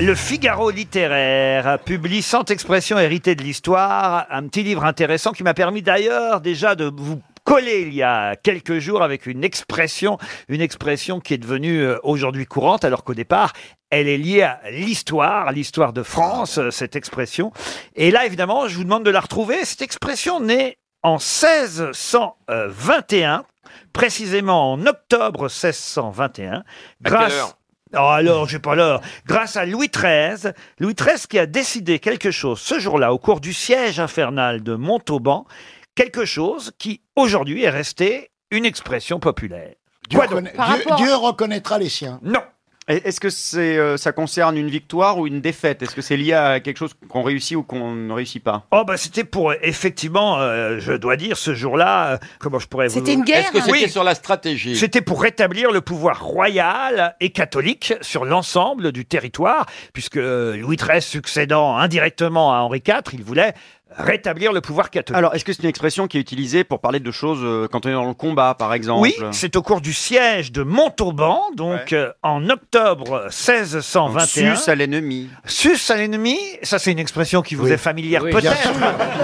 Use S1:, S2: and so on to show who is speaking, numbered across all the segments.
S1: Le Figaro littéraire publie Cent expressions héritées de l'histoire, un petit livre intéressant qui m'a permis d'ailleurs déjà de vous coller il y a quelques jours avec une expression, une expression qui est devenue euh, aujourd'hui courante alors qu'au départ, elle est liée à l'histoire, à l'histoire de France, euh, cette expression. Et là, évidemment, je vous demande de la retrouver. Cette expression née en 1621, précisément en octobre 1621,
S2: À
S1: grâce...
S2: quelle heure
S1: Oh, alors, j'ai pas l'heure. Grâce à Louis XIII, Louis XIII qui a décidé quelque chose ce jour-là, au cours du siège infernal de Montauban, quelque chose qui aujourd'hui est resté une expression populaire.
S3: Dieu,
S1: Quoi donc
S3: reconna- Dieu- Dieu reconnaîtra les siens.
S1: Non.
S4: Et- Est-ce que c'est, euh, ça concerne une victoire ou une défaite Est-ce que c'est lié à quelque chose qu'on réussit ou qu'on ne réussit pas
S1: Oh bah c'était pour euh, effectivement, euh, je dois dire, ce jour-là, euh, comment je pourrais vous
S5: C'était une guerre hein.
S2: Est-ce que c'était
S1: hein. Oui.
S2: sur la stratégie
S1: C'était pour rétablir le pouvoir royal et catholique sur l'ensemble du territoire, puisque euh, Louis XIII succédant indirectement à Henri IV, il voulait rétablir le pouvoir catholique.
S4: Alors, est-ce que c'est une expression qui est utilisée pour parler de choses euh, quand on est dans le combat, par exemple
S1: Oui, c'est au cours du siège de Montauban, donc euh, en octobre
S4: Donc,
S1: 1621.
S4: Sus à l'ennemi.
S1: Sus à l'ennemi, ça c'est une expression qui vous
S3: Oui.
S1: est familière
S3: Eh
S6: Oui, bien
S1: peut-être,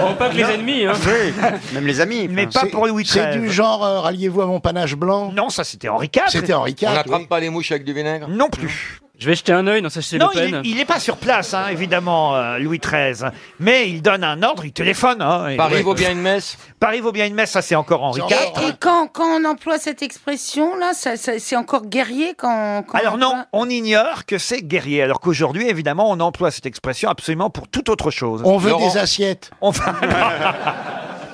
S6: Oh, pas que les ennemis, hein.
S4: Même les amis.
S1: mais
S4: enfin.
S1: pas pour Louis
S3: C'est du
S1: XIII.
S3: genre euh, ralliez-vous à mon panache blanc.
S1: Non, ça c'était Henri IV.
S3: C'était Henri IV.
S2: On
S3: oui.
S2: n'attrape pas les mouches avec du vinaigre
S1: Non plus.
S6: Je vais jeter un œil dans sa chez
S1: non, il
S6: Le
S1: est-
S6: Pen.
S1: il n'est pas sur place, hein, évidemment, euh, Louis XIII. Mais il donne un ordre, il téléphone. hein, et-
S2: Paris
S1: Ouais.
S2: vaut bien une messe
S1: Paris vaut bien une messe, ça c'est encore Henri
S3: C'est
S1: IV.
S3: encore-
S5: Et, et quand, quand on emploie cette expression-là, ça, ça- c'est encore guerrier quand, quand
S1: Alors
S5: on
S1: non,
S5: emploie-
S1: on ignore que c'est guerrier, alors qu'aujourd'hui, évidemment, on emploie cette expression absolument pour toute autre chose.
S3: On veut
S2: Laurent.
S3: des assiettes.
S1: On va-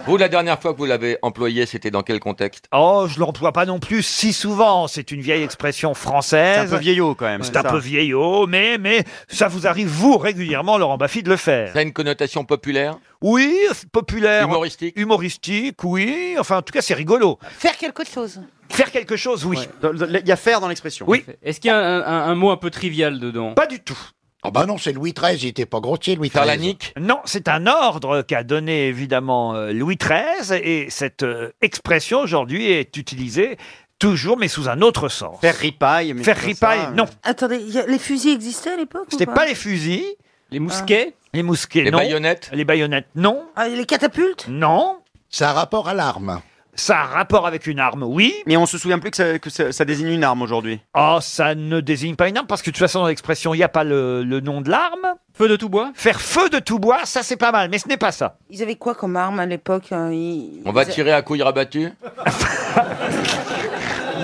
S2: Vous, la dernière fois que vous l'avez employé, c'était dans quel contexte
S1: Oh, je l'emploie pas non plus si souvent. C'est une vieille expression
S4: C'est un
S1: française.
S4: peu vieillot quand même.
S1: C'est
S4: c'est
S1: un
S4: ça.
S1: peu vieillot, mais, mais ça vous arrive, vous, régulièrement, Laurent Baffy, de le faire.
S2: Ça a une connotation populaire,
S1: Oui, f- populaire.
S2: humoristique
S1: Humoristique, oui. Enfin, en tout cas, c'est rigolo.
S5: Faire quelque chose.
S1: Faire quelque chose, oui.
S4: Dans- dans- Il y a faire dans l'expression.
S1: Oui.
S6: Est-ce qu'il y a un, un- un mot un peu trivial dedans
S1: Pas du tout.
S3: Ah bah non, c'est Louis XIII, il était pas grossier, Louis
S2: Faire la
S3: XIII.
S2: nique
S1: Non, c'est un ordre qu'a donné évidemment euh, Louis XIII et cette euh, expression aujourd'hui est utilisée toujours, mais sous un autre sens.
S4: Faire ripaille. mais
S1: Faire
S4: c'est pas
S1: ripaille,
S4: ça.
S1: non.
S5: hein. Attendez, y a- les fusils existaient à l'époque ou
S1: C'était pas les fusils,
S6: Les mousquets
S1: Ah. les mousquets,
S2: Les
S1: non.
S2: baïonnettes
S1: Les baïonnettes, non.
S5: Ah, les catapultes
S1: Non.
S3: C'est un rapport à l'arme.
S1: Ça a un rapport avec une arme, oui.
S4: Mais on se souvient plus que ça, que ça- ça désigne une arme aujourd'hui.
S1: Oh, ça ne désigne pas une arme, parce que de toute façon, dans l'expression, il n'y a pas le, le nom de l'arme.
S6: Feu de tout bois
S1: Faire feu de tout bois, ça c'est pas mal, mais ce n'est pas ça.
S5: Ils avaient quoi comme arme à l'époque hein, ils-
S2: On va
S5: ils-
S2: tirer à couilles rabattues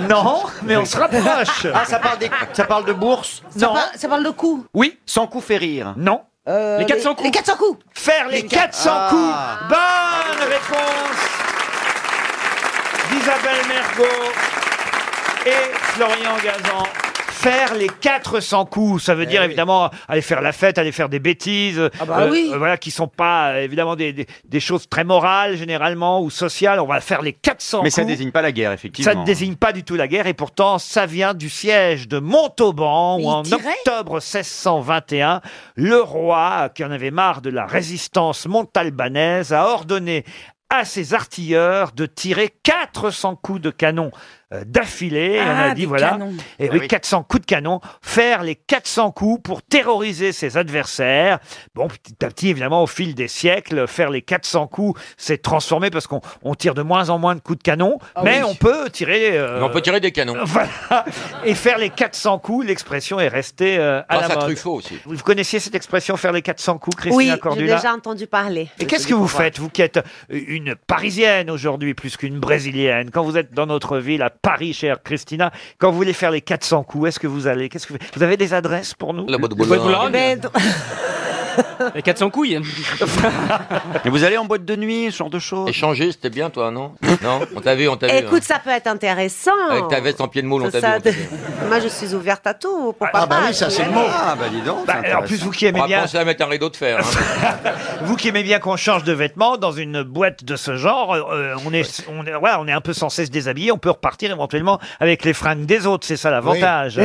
S1: Non, mais on se rapproche.
S4: Ah, ça parle, des- ça parle de bourse
S5: Ça,
S1: Non,
S5: par- ça parle de coups.
S1: oui,
S4: sans coup fait rire.
S1: non.
S5: Euh,
S6: Les 400 coups.
S5: Les 400 coups.
S1: Faire les 400
S4: Ah.
S1: coups. Bonne réponse d'Isabelle Mergot et Florian Gazan. Faire les 400 coups,
S4: Eh
S1: ça veut dire évidemment aller faire la fête, aller faire des bêtises,
S4: Ah
S1: euh,
S5: bah oui.
S1: voilà, qui sont pas euh, évidemment des, des- des choses très morales généralement ou sociales. On va faire les 400
S4: Mais
S1: coups.
S4: ça désigne pas la guerre, effectivement.
S1: Ça ne désigne pas du tout la guerre et pourtant ça vient du siège de Montauban
S5: Mais
S1: où
S5: il
S1: en
S5: tirait
S1: octobre 1621, le roi qui en avait marre de la résistance montalbanaise a ordonné à ses artilleurs de tirer 400 coups de canon euh, d'affilée. Et on
S5: Ah,
S1: a dit
S5: des
S1: voilà,
S5: canons.
S1: et
S4: Ah
S1: oui,
S4: oui.
S1: 400 coups de canon, faire les 400 coups pour terroriser ses adversaires. Bon, petit à petit, évidemment, au fil des siècles, faire les 400 coups, c'est transformé parce qu'on on tire de moins en moins de coups de canon, mais on peut tirer. euh,
S2: Mais on peut tirer des canons.
S1: Voilà. Et faire les 400 coups, l'expression est restée euh, à
S2: Grâce
S1: la
S2: à
S1: mode.
S2: Truffaut aussi.
S1: Vous connaissiez cette expression, faire les 400 coups,
S7: Oui,
S1: Christina
S7: j'ai
S1: Cordula
S7: déjà entendu parler.
S1: Et qu'est-ce que vous faites, vous qui êtes euh, une Parisienne aujourd'hui plus qu'une Brésilienne Quand vous êtes dans notre ville, à Paris, chère Christina, quand vous voulez faire les 400 coups, est-ce que vous allez Qu'est-ce que vous... vous avez des adresses pour nous
S2: La boîte de
S6: Le bois de
S2: Boulogne.
S6: Boulogne
S7: Ben, dr-
S6: Les 400 couilles
S4: Et vous allez en boîte de nuit, ce genre de choses.
S2: Échanger, c'était bien toi, non Non On t'a vu, on t'a vu.
S7: écoute,
S2: hein.
S7: ça peut être intéressant.
S2: Avec ta veste en pied de moule, on
S7: Ça,
S2: t'a vu.
S7: ça-
S2: on t'a vu.
S7: Moi, je suis ouverte à tout. Pourquoi
S3: Ah bah
S7: pas
S3: oui, ça,
S7: tu
S3: c'est
S7: vois.
S3: le mot.
S4: Ah, bah dis donc.
S1: Bah,
S4: c'est
S1: alors, en plus,
S4: intéressant.
S1: vous qui
S2: On
S1: aimez
S2: va
S1: bien,
S2: penser à mettre un rideau de fer. hein.
S1: vous qui aimez bien qu'on change de vêtements dans une boîte de ce genre, euh, on est, on est, voilà, on est un peu sans cesse déshabillé. On peut repartir éventuellement avec les fringues des autres. C'est ça l'avantage.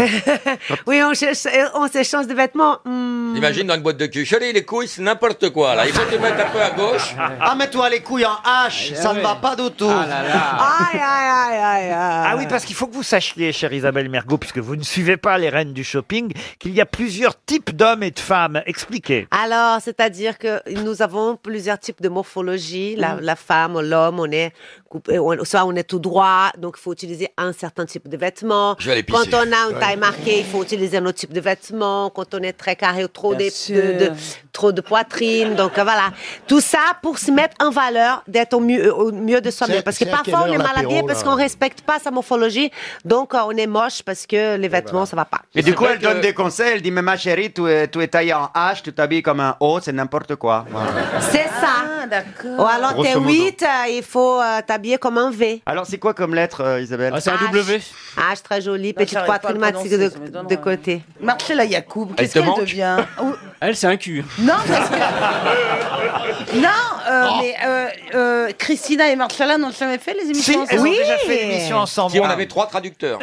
S7: Oui, on, cherche- on s'échange de vêtements. Hmm.
S2: Mmh. Imagine dans une boîte de cul. Chérie, il est couilles, c'est n'importe quoi, là. Il faut te mettre un peu à gauche.
S8: Ah, mets-toi les couilles en H,
S2: Ah, eh
S8: ça ne va pas du tout.
S4: Ah.
S7: Aïe, aïe, aïe, aïe, aïe.
S1: Ah oui, parce qu'il faut que vous sachiez, chère Isabelle Mergot, puisque vous ne suivez pas les reines du shopping, qu'il y a plusieurs types d'hommes et de femmes. Expliquez.
S7: Alors, c'est-à-dire que nous avons plusieurs types de morphologie. La, la femme, l'homme, on est coupé, on- soit on est tout droit, donc il faut utiliser un certain type de vêtements.
S2: Je vais aller
S7: Quand
S2: pisser.
S7: on a une taille marquée, il faut utiliser un autre type de vêtements. Quand on est très carré, ou trop,
S6: Bien
S7: de,
S6: sûr.
S7: de- de- trop de poitrine. Donc euh, voilà, tout ça pour se mettre en valeur, d'être au mieux, au mieux de soi-même.
S3: C'est-
S7: Parce que
S3: c'est à
S7: parfois
S3: quelle
S7: on est
S3: heure
S7: mal
S3: l'apéro,
S7: habillé parce
S3: là
S7: qu'on respecte pas sa morphologie, donc euh, on est moche parce que les vêtements ça va pas.
S4: Et
S2: C'est
S4: du coup,
S2: vrai
S4: elle donne
S2: que-
S4: des conseils. Elle dit Mais ma chérie, tu es, tu es taillée en H, tu t'habilles comme un O, c'est n'importe quoi. Voilà.
S7: C'est ça.
S5: Ah,
S7: Ou
S5: d'accord.
S7: alors t'es
S4: Grosso modo.
S7: 8, euh, il faut euh, t'habiller comme un V.
S4: Alors, c'est quoi comme lettre, euh, Isabelle
S6: Ah, c'est un W.
S7: H très jolie,
S5: Non,
S7: petite
S5: Bah, j'arrive pas à
S7: poitrine
S5: le
S7: matique
S5: prononcer,
S7: de,
S5: ça m'étonnerait.
S7: de côté.
S5: Marcella Yacoub, qu'est-ce
S2: te
S5: qu'elle
S2: manque
S5: devient Ou-
S6: Elle, c'est un cul.
S5: Non, parce que. non, euh,
S1: Oh.
S5: mais euh, euh, Christina et Marcella n'ont jamais fait les
S1: Si,
S5: émissions
S1: elles
S5: ensemble.
S1: ont
S7: Oui.
S1: déjà fait l'émission ensemble.
S2: Si on avait trois traducteurs.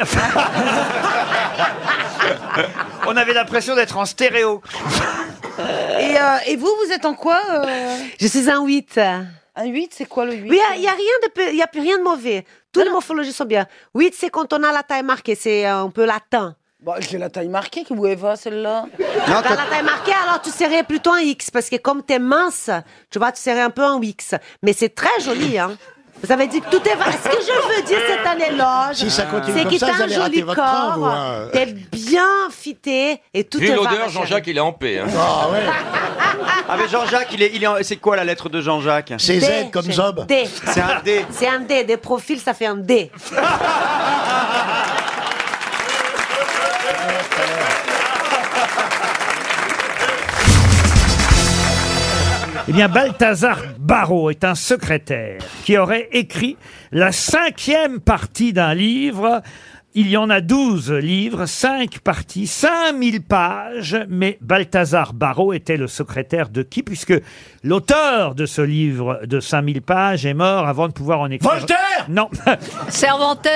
S1: On avait l'impression d'être en stéréo.
S5: Et, euh, et vous, vous êtes en quoi euh,
S7: Je suis un 8.
S5: Un 8, c'est quoi le 8
S7: Oui, il n'y a, rien de peu- y a plus rien de mauvais. Toutes les morphologies sont bien. 8, c'est quand on a la taille marquée, c'est euh, un peu latin.
S5: Bah, J'ai la taille marquée, que vous Eva, celle-là.
S4: Non,
S7: T'as
S4: toi-
S7: la taille marquée, alors tu serais plutôt un X, parce que comme t'es mince, tu vois, tu serais un peu un X. Mais c'est très joli, hein. Vous avez dit que tout est... va- Ce que je veux dire, c'est un éloge.
S3: Si ça continue
S7: C'est
S3: comme
S7: que
S3: ça,
S7: t'as
S3: vous
S7: un
S3: allez rater
S7: joli
S3: votre train, vous.
S7: corps,
S3: hein.
S7: t'es bien fité et tout
S2: Vu
S7: est
S2: l'odeur, Jean-Jacques, il est en paix. hein.
S3: Ah ouais,
S4: Ah, mais Jean-Jacques, il est, il est en- c'est quoi la lettre de Jean-Jacques
S3: c'est Z comme Zob.
S7: D.
S4: C'est un D.
S7: C'est un D. Des profils, ça fait un D.
S1: Eh bien, Balthazar Barrault est un secrétaire qui aurait écrit la cinquième partie d'un livre. Il y en a 12 livres, 5 parties, 5000 pages, mais Balthazar Barrault était le secrétaire de qui Puisque l'auteur de ce livre de 5000 pages est mort avant de pouvoir en écrire.
S9: Voltaire
S1: Non.
S9: Cervantes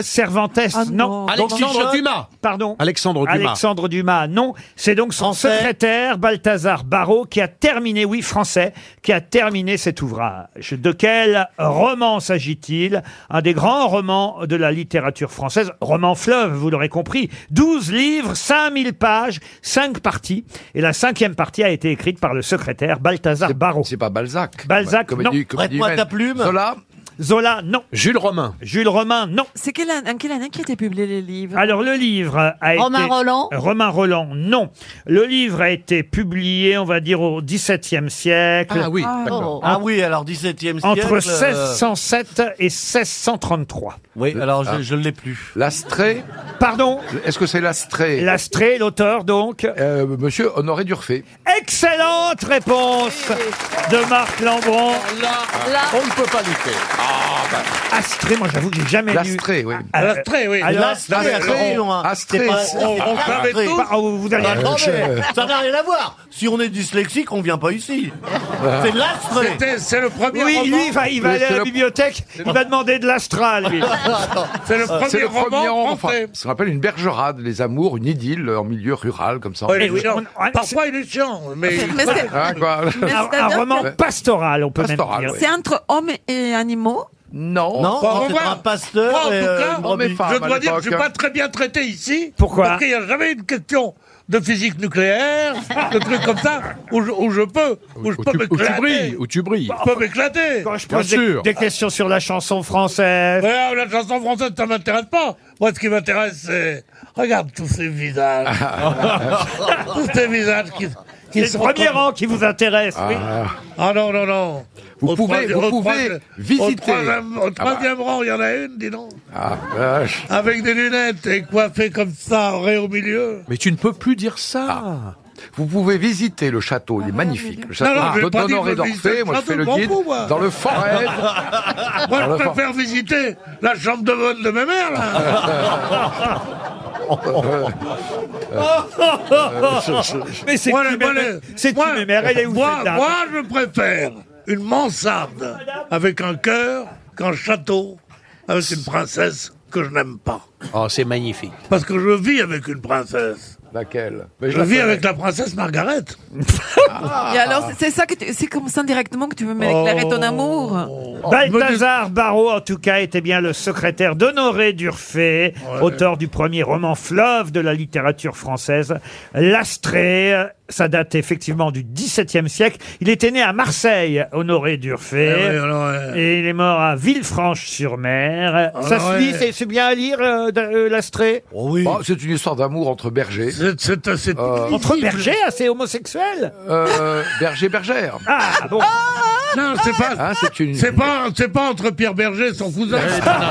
S1: Cervantes,
S10: Ah
S1: Ah, non.
S9: Alexandre Dumas
S1: Pardon.
S9: Alexandre Dumas.
S1: Alexandre Dumas, non. C'est donc son
S9: Français.
S1: secrétaire, Balthazar Barrault, qui a terminé, oui, français, qui a terminé cet ouvrage. De quel roman s'agit-il Un des grands romans de la littérature française, roman fleuve, vous l'aurez compris. 12 livres, 5000 pages, 5 parties. Et la cinquième partie a été écrite par le secrétaire, Balthazar Barrault.
S9: C'est pas Balzac.
S1: Balzac, non.
S9: Prête-moi ta plume. Zola.
S1: Zola, non.
S9: Jules Romain.
S1: Jules Romain, non.
S11: C'est quelle année, en quelle année qui a été publié les livres
S1: Alors le livre a été...
S11: Roland
S1: Romain Roland, non. Le livre a été publié, on va dire, au XVIIe siècle,
S9: Ah oui,
S10: oh.
S1: oh.
S9: euh, d'accord.
S11: Ah
S8: oui, alors euh, 17e
S1: entre 1607 et 1633.
S8: Oui, alors je ne l'ai plus.
S9: Ah. L'astrée.
S1: Pardon
S9: Est-ce que c'est l'astrée
S1: L'astrée, l'auteur, donc.
S9: Euh, Monsieur Honoré Durfé.
S1: Excellente réponse de Marc Lambron.
S9: On ne peut pas lutter.
S1: Astrée, moi j'avoue que j'ai jamais lu.
S9: L'astrée, oui.
S1: Ah, euh, oui.
S9: L'astrée, astrée.
S10: Ah,
S1: vous allez
S8: Ça n'a rien à voir. Si on est dyslexique, on vient pas ici. C'est l'astrée.
S9: C'est le premier
S1: Oui, lui, il va, il va aller à
S9: C'est
S1: la
S9: le-
S1: bibliothèque, il va demander de l'astral, lui.
S9: C'est le premier, roman enfin, Ça se rappelle une bergerade, les amours, une idylle en milieu rural, comme ça.
S1: Eh oui, on-
S9: Parfois, il est chiant, mais... Ah,
S11: Mais c'est-
S9: quoi.
S11: mais
S6: Ah,
S1: un, un
S11: c'est-à-dire
S1: roman
S11: que
S1: pastoral, on peut
S9: Pastoral,
S1: même dire.
S9: oui.
S11: C'est entre hommes et animaux.
S9: Non,
S8: Non,
S9: pas-
S8: c'est un pasteur et euh, une
S9: hommes et
S8: brebis.
S9: femmes, à l'époque. hein.
S12: très bien traité ici.
S1: Pourquoi
S12: Parce qu'il n'y a jamais une question de physique nucléaire, de trucs comme ça, où je, où je peux, où je
S9: Où
S12: peux
S9: tu- où tu
S12: m'éclater.
S9: brilles, où tu brilles.
S12: Je peux m'éclater.
S1: Quand je
S9: Bien
S1: pose des,
S9: sûr.
S1: des questions sur la chanson française.
S12: Mais, ah, la chanson française, ça m'intéresse pas. Moi, ce qui m'intéresse, c'est... Regarde tous ces visages. tous ces visages qui,
S1: C'est
S12: qui
S1: le
S12: sont...
S1: premier rang qui vous intéresse. oui.
S9: hein.
S12: Ah non, non, non.
S9: Vous
S12: Au
S9: pouvez-
S12: troisi-
S9: vous
S12: au
S9: pouvez
S12: troisi- Au
S9: visiter.
S12: troisième, au
S9: Ah bah.
S12: troisième rang, il y en a une, dis donc.
S9: Ah, vache.
S12: Avec des lunettes et coiffée comme ça, ré au milieu.
S9: Mais tu ne peux plus dire ça. Ah. Vous pouvez visiter le château, il est magnifique. Le
S12: Ah, Non, non, je
S9: château
S12: vais pas dire que
S9: d'Honoré
S12: je visite
S9: Ah, d'Orphée,
S12: le
S9: moi je fais
S12: château,
S9: le
S12: je m'en
S9: guide,
S12: fous, moi.
S9: dans le forêt.
S12: Moi,
S9: Alors,
S12: je
S9: enfin-
S12: préfère visiter la chambre de bonne de ma mère, là.
S6: Oh,
S1: Mais c'est
S12: Moi,
S1: qui,
S12: moi,
S1: mes-
S12: les-
S1: c'est qui,
S12: moi-
S1: mes mères Elle est où,
S12: moi,
S1: cette dame
S12: moi, je préfère une Ah, mansarde avec un cœur qu'un château avec une princesse que je n'aime pas.
S13: Oh, c'est magnifique.
S12: Parce que je vis avec une princesse.
S9: Laquelle
S12: Je vis avec la princesse Margaret.
S14: Et alors, c'est- c'est ça que tu- c'est comme ça directement que tu veux m'éclairer ton amour
S12: Oh,
S8: Bah,
S1: Balthazar Barrault, en tout cas, était bien le secrétaire d'Honoré Durfé, auteur du premier roman fleuve de la littérature française, L'Astrée. Ça date effectivement du XVIIe siècle. Il était né à Marseille, Honoré Durfé.
S12: Eh oui, alors, ouais.
S1: Et il est mort à Villefranche-sur-Mer.
S12: Ah,
S1: Ça se
S12: ouais.
S1: lit, c'est- c'est bien à lire, euh, d- euh, L'Astrée
S9: oui. Bah, c'est une histoire d'amour entre bergers. Euh,
S12: C'est assez.
S1: Entre bergers, assez homosexuel
S9: berger bergère.
S1: Ah, bon.
S12: Non, c'est pas.
S9: Ah, c'est une.
S12: C'est pas, c'est pas entre Pierre Berger et son cousin.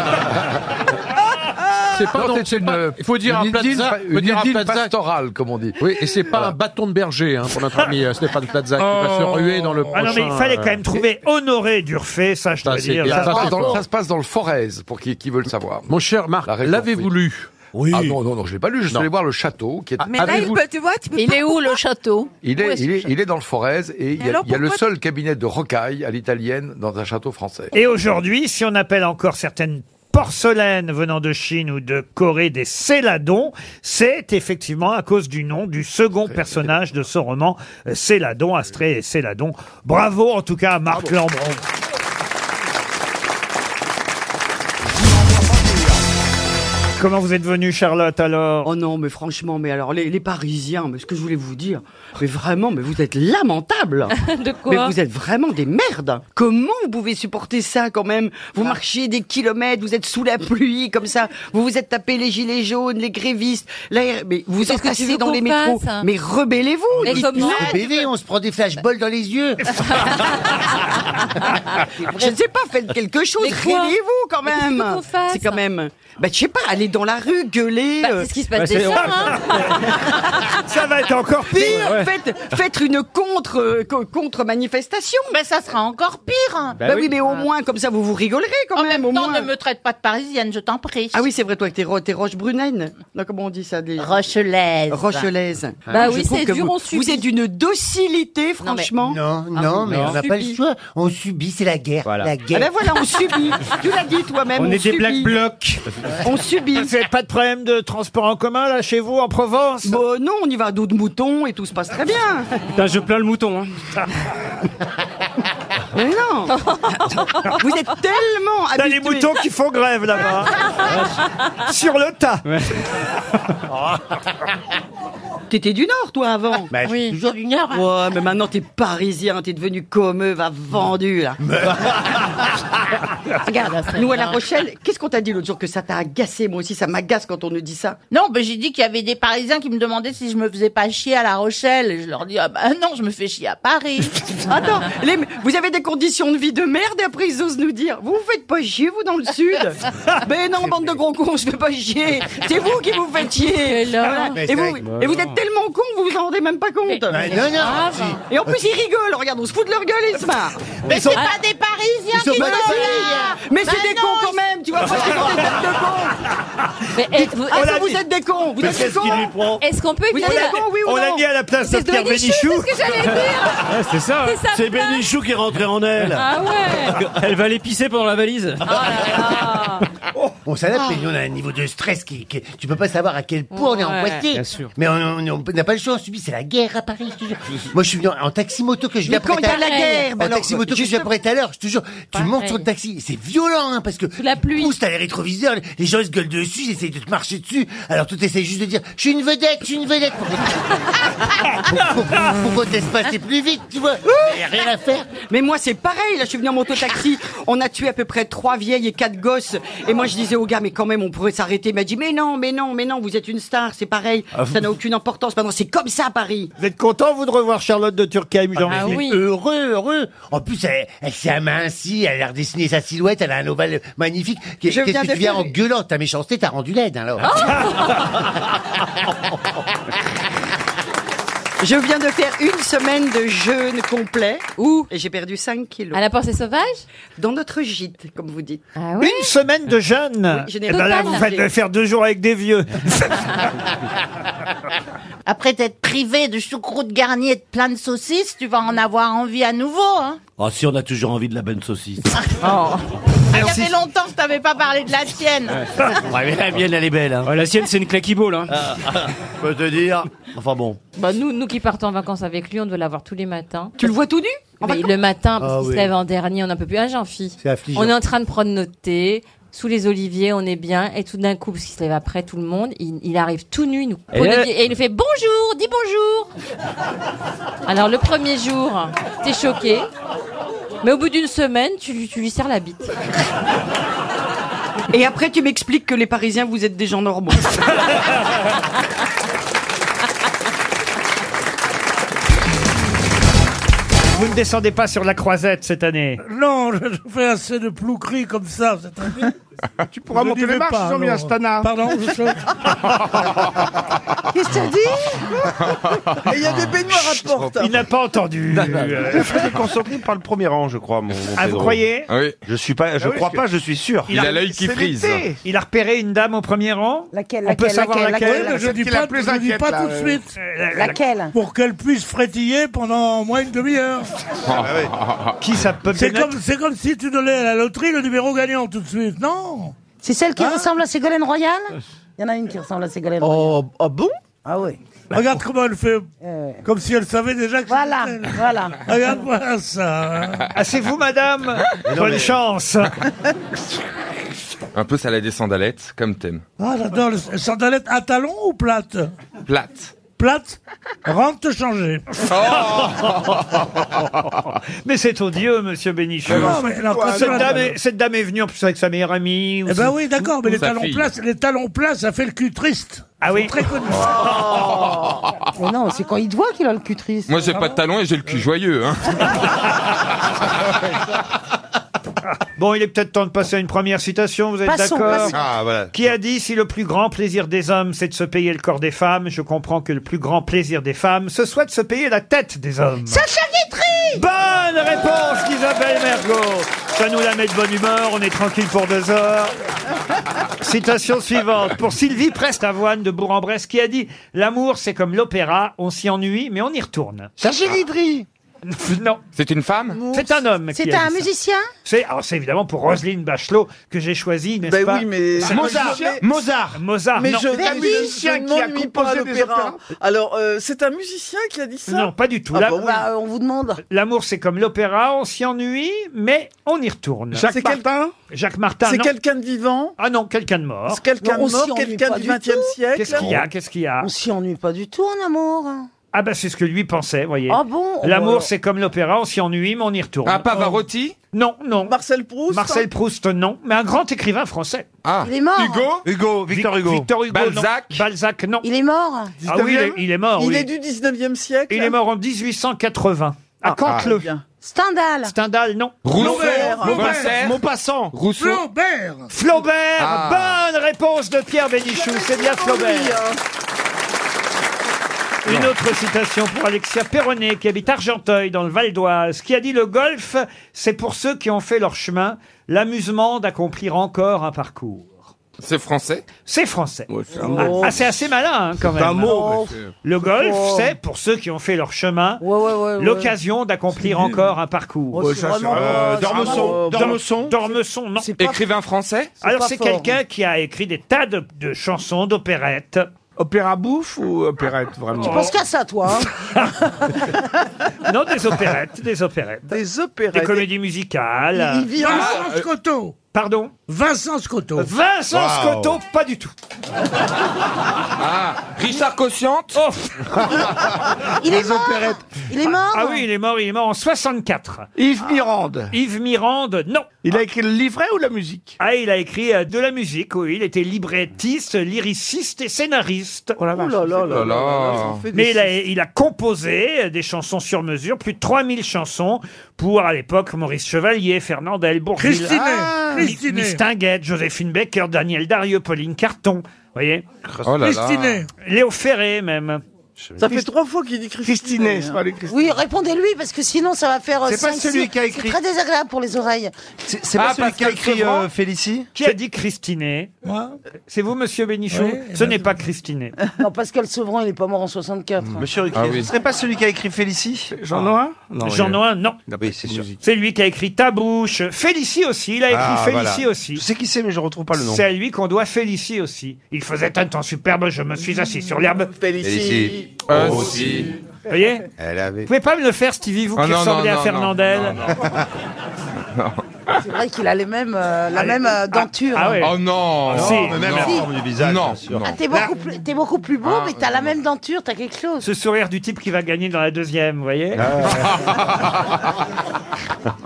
S13: C'est pas
S9: Non,
S13: donc-
S9: c'est une, euh,
S13: pas- Il faut dire
S9: une
S13: un
S9: idylle
S13: plaza.
S9: pa-
S13: Il faut
S9: une
S13: dire un
S9: idylle
S13: plaza.
S9: pastorale, comme on dit.
S13: Oui, et c'est pas
S9: Voilà.
S13: un bâton de berger hein, pour notre ami euh, Stéphane Plaza qui va
S12: Oh.
S13: se ruer dans le prochain.
S1: Ah non, mais il fallait quand même trouver Honoré Durfé, ça je dois
S10: Ah,
S13: Ça, c'est
S1: dire.
S13: bien.
S1: Ça,
S13: Ça,
S1: c'est
S13: c'est dans-
S1: fort.
S9: Ça se passe dans le Forez, pour qui, qui veut le savoir.
S13: Mon cher Marc, l'avez-vous lu
S9: Oui. Ah non, non, non, je l'ai pas lu, je suis
S13: Non. Ah,
S9: allé voir le château. Qui est...
S14: Mais là, il
S9: Avez-vous-
S14: peut, tu vois, tu peux
S15: Il est où le château
S9: Il
S15: Où
S9: est,
S15: ce
S9: il, est,
S15: château
S9: il est dans le Forez et il y, a,
S15: alors
S9: il y a le
S15: pourquoi-
S9: seul cabinet de rocaille à l'italienne dans un château français.
S1: Et aujourd'hui, si on appelle encore certaines porcelaines venant de Chine ou de Corée des Céladons, c'est effectivement à cause du nom du second personnage de ce roman, euh, Céladon, Astrée et Céladon. Bravo en tout cas à
S12: Ah
S1: Marc Lambron. Comment vous êtes venue, Charlotte, alors
S16: Oh non, mais franchement, mais alors, les, les Parisiens, mais ce que je voulais vous dire, mais vraiment, mais vous êtes lamentables
S15: De quoi
S16: Mais vous êtes vraiment des merdes Comment vous pouvez supporter ça, quand même
S15: Ah.
S16: Vous marchez des kilomètres, vous êtes sous la pluie, comme ça, vous vous êtes tapé les gilets jaunes, les grévistes, l'air- mais vous
S15: Qu'est-ce
S16: êtes
S15: que tu veux
S16: passé dans
S15: qu'on
S16: les métros,
S15: fasse, hein
S16: mais rebellez-vous
S15: Et
S16: dites-
S15: comment
S16: Non,
S15: Rebellez,
S16: on se prend des flashballs dans les yeux
S15: Ah,
S16: Je ne sais pas, faites quelque chose,
S15: Mais quoi
S16: réveillez-vous, quand
S15: Mais qu'est-ce
S16: même
S15: qu'il faut qu'on fasse
S16: C'est quand même... Bah, je sais pas, allez dans la rue, gueuler euh.
S15: Bah, c'est ce qui se passe Bah, c'est- déjà, hein.
S1: Ça va être encore
S16: pire. Faites, faites une contre euh, co- contre manifestation.
S5: Mais ça sera encore pire. hein. Ah.
S16: Bah, oui, mais au moins comme ça vous vous rigolerez quand
S5: En
S16: même.
S5: même
S16: au
S5: temps,
S16: moins.
S5: ne me traite pas de parisienne, je t'en prie.
S16: Ah oui, c'est vrai, toi, t'es, ro- t'es Roche-Brunaine. Non, comment on dit ça des...
S5: Rochelaise.
S16: Rochelaise.
S5: Bah
S16: Je
S5: oui,
S16: trouve
S5: c'est
S16: que
S5: dur,
S16: vous,
S5: on subit.
S16: Vous êtes d'une docilité, franchement.
S10: Non, Ah,
S15: Ah,
S10: non, mais on n'a pas le choix. On subit, c'est la guerre. La
S16: Ah
S10: guerre.
S16: ben voilà, on subit. tu l'as dit toi-même.
S10: On est des
S16: subit.
S10: Black
S1: Bloc.
S16: On subit.
S1: Vous n'avez pas de problème de transport en commun, là, chez vous, en Provence
S16: Bon, non, on y va à dos de mouton et tout se passe très bien.
S6: Putain, je plains le mouton. hein.
S16: Mais non Vous êtes tellement
S1: T'as les
S16: habitués.
S1: moutons qui font grève là-bas. Sur le tas.
S16: T'étais du Nord, toi,
S1: Ah,
S16: avant
S10: Bah, je suis Oui.
S16: toujours du
S1: hein.
S16: Nord. Ouais, mais maintenant, t'es parisien, t'es devenu comme eux, va vendu, là. Regarde, nous, à La Rochelle, qu'est-ce qu'on t'a dit l'autre jour que ça t'a agacé Moi aussi, ça m'agace quand on nous dit ça.
S5: Non, mais j'ai dit qu'il y avait des Parisiens qui me demandaient si je me faisais pas chier à La Rochelle. Et je leur dis, ah bah non, je me fais chier à Paris.
S16: Attends, les- vous avez des conditions de vie de merde et après ils osent nous dire Vous vous faites pas chier, vous, dans le Sud Ben non, bande de gros cons, je fais pas chier C'est vous qui vous faites
S15: Mais
S16: chier
S15: non.
S16: Voilà.
S15: Mais
S16: Et,
S15: c'est
S16: vous,
S15: vrai que-
S16: et vous êtes tellement cons, vous vous en rendez même pas compte
S10: Mais non, non, Grave. si.
S16: Et en plus, ils rigolent, regarde, on se fout de leur gueule et ils se marrent
S5: Mais c'est pas des Parisiens qui
S16: Mais
S5: sont
S16: si,
S5: là.
S16: Mais c'est
S5: Bah
S16: des
S5: non,
S16: cons quand même, tu vois, parce qu'ils ont des têtes de cons
S15: êtes-vous-
S16: Ah,
S15: on
S16: ça,
S15: l'a
S16: vous
S15: dit.
S16: êtes des cons Vous
S15: Mais
S16: êtes des
S15: qu'est-ce qu'il lui
S16: cons
S15: prend Est-ce qu'on peut
S16: Vous êtes
S15: éviter
S16: des
S15: la-
S16: cons, oui ou
S1: On l'a
S16: non
S1: mis à la place de
S15: C'est
S1: Pierre
S15: Bénichou,
S1: Bénichou.
S15: c'est ce que j'allais dire.
S6: c'est ça. hein.
S15: C'est sa
S17: C'est
S15: place.
S17: Bénichou qui est rentré en elle.
S15: Ah ouais Oh
S6: Elle va l'épicer pendant la valise.
S10: Oh, On s'adapte,
S15: Ah.
S10: mais nous, on a un niveau de stress qui, qui- tu peux pas savoir à quel point on est
S15: Ouais.
S10: angoissé.
S15: Bien sûr.
S10: Mais on- on on n'a pas le choix, on subit, c'est la guerre à Paris, je te jure. Moi, je suis venu en en taxi-moto que je viens
S16: Mais
S10: après
S16: quand il y a la guerre,
S10: en
S16: bah alors,
S10: taxi-moto que je viens après tout à l'heure, je te jure. Tu montes sur le taxi, c'est violent, hein, parce que. La pluie. Pousse, t'as les rétroviseurs, les- les gens ils se gueulent dessus, ils essayent de te marcher dessus. Alors, tout essayes juste de dire, je suis une vedette, je suis une vedette. Pourquoi pourquoi t'es passé plus vite, tu vois Mais y a rien à faire.
S16: Mais moi, c'est pareil. Là, je suis venu en moto-taxi. On a tué à peu près trois vieilles et quatre gosses. Et moi, je disais au gars, mais quand même, on pourrait s'arrêter. Il m'a dit, mais non, mais non, mais non, vous êtes une star, c'est pareil.
S10: Ah
S16: Ça n'a aucune importance. Maintenant, c'est comme ça à Paris.
S1: Vous êtes content, vous, de revoir Charlotte de Turckheim,
S10: Ah,
S1: Jean-Philippe
S10: mais Heureux, heureux. En plus, elle, elle s'est amincie, elle a redessiné sa silhouette, elle a un ovale magnifique. Qu'est-
S16: Je
S10: Qu'est-ce
S16: viens
S10: que
S16: de
S10: tu viens
S16: faire- Ah
S10: en gueulant Ta méchanceté t'as rendu laide, alors.
S15: Oh
S10: Ah.
S16: Je viens de faire une semaine de jeûne complet. Où Et j'ai perdu 5 kilos. À la pensée sauvage Ah Dans notre gîte, comme vous dites.
S1: Une semaine de jeûne.
S16: Oui, je n'ai
S1: Eh ben là,
S16: pas
S1: vous
S16: mangé.
S1: faites le faire deux jours avec des vieux.
S5: Après t'être privé de choucroute garnie et de plein de saucisses, tu vas en avoir envie à nouveau. Hein. Ah,
S17: Oh, si on a toujours envie de la bonne saucisse.
S16: Ah,
S18: Ça fait longtemps que je t'avais pas parlé de la tienne.
S8: la mienne, elle est belle.
S6: la sienne, c'est une claque Hein.
S19: Ah.
S8: Je peux te dire. Enfin bon.
S14: Bah, nous, nous qui partons en vacances avec lui, on doit l'avoir tous les matins.
S16: Tu le vois tout nu
S14: Mais le matin, parce
S8: Ah
S14: qu'il
S8: oui.
S14: se lève en dernier, on n'en peut plus. Ah, j'en fie.
S8: C'est affligeant.
S14: On est en train de prendre notre thé. Sous les oliviers, on est bien. Et tout d'un coup, parce qu'il se lève après tout le monde, il, il arrive tout nu, il nous
S15: Et
S14: colle
S15: là-
S14: les pieds, et il nous fait bonjour, dis bonjour. Alors le premier jour, t'es choqué, mais au bout d'une semaine, tu, lui- tu lui serres la bite.
S16: Et après, tu m'expliques que les Parisiens, vous êtes des gens normaux.
S1: Vous ne descendez pas sur la croisette cette année.
S12: Non, je je fais assez de plouqueries comme ça cette année. tu
S20: pourras monter les marches, ils ont mis un stana.
S12: Pardon, je sais.
S15: Qu'est-ce que t'as
S1: dit
S12: Mais il y a des
S15: baignoires
S1: à porte. Il n'a pas entendu.
S19: Je suis consommé par le premier rang, je crois. Mon, mon
S1: Ah, vous
S19: Pedro.
S1: croyez
S19: Oui. Je suis pas. Je
S1: Ah oui,
S19: crois
S1: parce
S19: pas.
S1: que-
S19: Je suis sûr.
S1: c'est l'été. Il a repéré une dame au premier rang.
S5: Laquelle,
S1: On peut
S5: laquelle,
S1: savoir
S5: laquelle,
S1: laquelle. Euh,
S5: laquelle
S12: Je dis pas, je dis pas tout de suite.
S5: Laquelle
S12: Pour qu'elle puisse frétiller pendant au moins une demi-heure.
S19: Ah
S1: Qui ça peut
S12: C'est
S1: pénètre
S12: comme, c'est comme si tu donnais à la loterie le numéro gagnant tout de suite, non Hein
S5: C'est celle qui ressemble à Ségolène Royal Il y en a une qui ressemble à Ségolène Royal. Hein Oh, bon Ah oui. Eh
S12: Regarde comment elle fait, comme si elle savait déjà que
S5: Voilà,
S12: c'était elle.
S5: voilà.
S12: Regarde voilà ça.
S1: Ah, c'est vous, madame
S12: Non,
S1: Bonne
S12: mais-
S1: chance
S19: Un peu salade et sandalette, comme thème.
S12: Ah, j'adore les sandalettes à talons ou plates
S19: Plate.
S12: Plate, rentre te changer.
S1: Mais c'est odieux, monsieur Bénichou.
S12: Mais Ah non, mais alors, quand
S1: cette,
S12: tu vas-
S1: dame est, cette dame est venue en plus avec sa meilleure amie. ou
S12: Eh ben
S1: son-
S12: oui, d'accord, mais
S1: ou
S12: les
S1: sa
S12: talons,
S1: fille.
S12: plats, les talons plats, ça fait le cul triste.
S1: Ah oui
S12: Très connu.
S5: Oh. Mais non, c'est quand il te voit qu'il a le cul triste.
S19: Moi, j'ai pas de talons et j'ai le cul joyeux. Hein.
S1: Bon, il est peut-être temps de passer à une première citation, vous êtes
S5: Passons,
S1: d'accord
S5: passons.
S19: Ah, voilà.
S1: Qui a dit si le plus grand plaisir des hommes c'est de se payer le corps des femmes, je comprends que le plus grand plaisir des femmes ce soit de se payer la tête des hommes.
S15: Sacha Guitry
S1: Bonne réponse d'Isabelle Mergot. Ça nous la met de bonne humeur, on est tranquille pour deux heures. Citation suivante pour Sylvie Prestavoine de Bourg-en-Bresse qui a dit L'amour c'est comme l'opéra, on s'y ennuie mais on y retourne.
S5: Sacha Guitry
S1: Non. C'est une femme C'est un homme. qui
S5: C'est
S1: a
S5: un
S1: dit ça.
S5: musicien
S1: C'est alors c'est évidemment pour Roselyne Bachelot que j'ai choisi, n'est-ce
S19: Ben
S1: pas
S19: oui, mais-
S1: C'est
S19: Mozart,
S1: musicien
S19: Mozart.
S1: Mozart.
S21: Mais
S1: non.
S21: je un musicien qui a composé des opéras. Alors, euh, c'est un musicien qui a dit ça
S1: Non, pas du tout.
S21: Ah
S1: La-
S21: bah oui.
S1: on vous demande. L'amour, c'est comme l'opéra, on s'y ennuie, mais on y retourne.
S21: Jacques C'est quel- Martin
S1: Jacques Martin.
S21: C'est
S1: non.
S21: quelqu'un de vivant
S1: Ah non, quelqu'un de mort.
S21: C'est quelqu'un de mort, quelqu'un du 20e siècle
S1: Qu'est-ce qu'il y a Qu'est-ce qu'il y a On s'y ennuie pas du tout en amour. Ah bah c'est ce que lui pensait, voyez.
S21: Ah bon
S1: L'amour,
S21: Alors-
S1: c'est comme l'opéra, on s'y ennuie, mais on y retourne. Oh.
S19: Ah, Pavarotti
S1: Non, non.
S21: Marcel Proust
S1: Marcel Proust, non. Mais un grand écrivain français.
S19: Ah.
S5: Il est mort.
S19: Hugo Hugo, Victor Hugo.
S1: Victor Hugo, non.
S19: Balzac.
S1: Balzac, non.
S5: Il est mort
S1: Ah oui, il est, il est mort.
S21: Il
S1: oui.
S21: est du 19e siècle.
S1: Il est mort en 1880.
S19: Ah,
S1: À Canteleu.
S21: bien.
S5: Stendhal.
S1: Stendhal, non.
S21: Flaubert.
S1: Maupassant.
S19: Maupassant. Rousseau.
S12: Flaubert.
S1: Flaubert.
S19: Ah.
S1: Bonne réponse de Pierre Bénichou. C'est bien Flaubert.
S12: hein.
S1: Une autre citation pour Alexia Perronnet, qui habite Argenteuil, dans le Val d'Oise, qui a dit Le golf, c'est pour ceux qui ont fait leur chemin, l'amusement d'accomplir encore un parcours.
S19: C'est français
S1: C'est français.
S19: un mot.
S1: Ah, c'est assez malin, hein, quand
S19: C'est
S1: même.
S19: un mot, mais c'est-
S1: Le golf,
S19: Oh.
S1: c'est pour ceux qui ont fait leur chemin, l'occasion d'accomplir encore un parcours.
S19: Ouais, ça, c'est- euh, Dormesson. Dormesson.
S1: Dormesson, non.
S19: Écrivain français
S1: Alors, c'est quelqu'un qui a écrit des tas de, de chansons, d'opérettes. Opéra bouffe ou opérette, vraiment
S21: Tu penses qu'à ça,
S5: hein
S21: toi
S1: Non, des opérettes, des opérettes. Des opérettes. Ah, euh, Des comédies musicales.
S12: Il vit en- Vincent Scotto.
S1: Pardon
S12: Vincent Scotto.
S1: Vincent
S12: Wow.
S1: Scotto, pas du tout.
S19: Ah, Richard Cossiante
S1: Oh. Il
S19: est Les mort opérettes.
S1: Il est mort Ah oui, il est mort, il est mort en 64. Yves Mirande Yves Mirande, non. Il a écrit le livret ou la musique Ah, il a écrit euh, de la musique, oui. Il était librettiste, lyriciste et scénariste. Oh la vache.
S19: là là là, ça en fait des
S1: Mais il a, il a composé euh, des chansons sur mesure, plus de 3000 chansons pour, à l'époque, Maurice Chevalier, Fernand Bourvil.
S12: Christine,
S1: Mi-
S12: Christine.
S1: Miss Tinguette, Joséphine Baker, Daniel Darieux, Pauline Carton. Vous voyez
S19: Oh là là. Christine.
S1: Léo Ferré, même.
S21: Ça fait trois fois qu'il dit Christine.
S19: Christine, c'est pas lui, Christine.
S5: Oui, répondez-lui parce que sinon ça va faire. euh,
S19: C'est pas
S5: cinq,
S19: celui
S5: six.
S19: qui a écrit.
S5: C'est très désagréable pour les oreilles.
S1: C'est pas Ah, celui qui a Pascal écrit, euh, Sevran
S19: Félicie
S1: Qui a dit Christinet C'est vous, monsieur Bénichou
S5: Oui,
S19: eh ben,
S1: Ce n'est pas Christinet.
S5: Non, Pascal Sevran, il est pas mort en 64. hein.
S19: Monsieur Ruquier,
S1: Ah oui.
S19: ce serait pas celui qui a écrit Félicie
S1: Jean Noin
S19: Non, il- Ah
S1: Jean Noin, non.
S19: Oui, c'est sûr.
S1: C'est lui qui a écrit Ta bouche. Félicie aussi, il a écrit
S19: Ah,
S1: Félicie
S19: voilà.
S1: aussi.
S19: Je sais qui c'est, mais je retrouve pas le nom.
S1: C'est à lui qu'on doit Félicie aussi. Il faisait un temps superbe, je me suis assis sur l'herbe.
S19: Félicie.
S1: Aussi. Vous voyez Vous pouvez pas me le faire, Stevie, vous
S19: Ah,
S1: qui
S19: non,
S1: ressemblez
S19: non,
S1: à
S19: non,
S1: Fernandel
S19: non, non,
S5: C'est vrai qu'il a les mêmes, euh, la même euh, denture.
S19: Ah
S5: hein.
S19: ouais. Oh non
S1: Si. mais même la
S19: forme du visage, bien sûr.
S5: Ah, t'es beaucoup, plus- t'es beaucoup plus beau,
S1: Ah,
S5: mais t'as la même denture, t'as quelque chose.
S1: Ce sourire du type qui va gagner dans la deuxième, vous voyez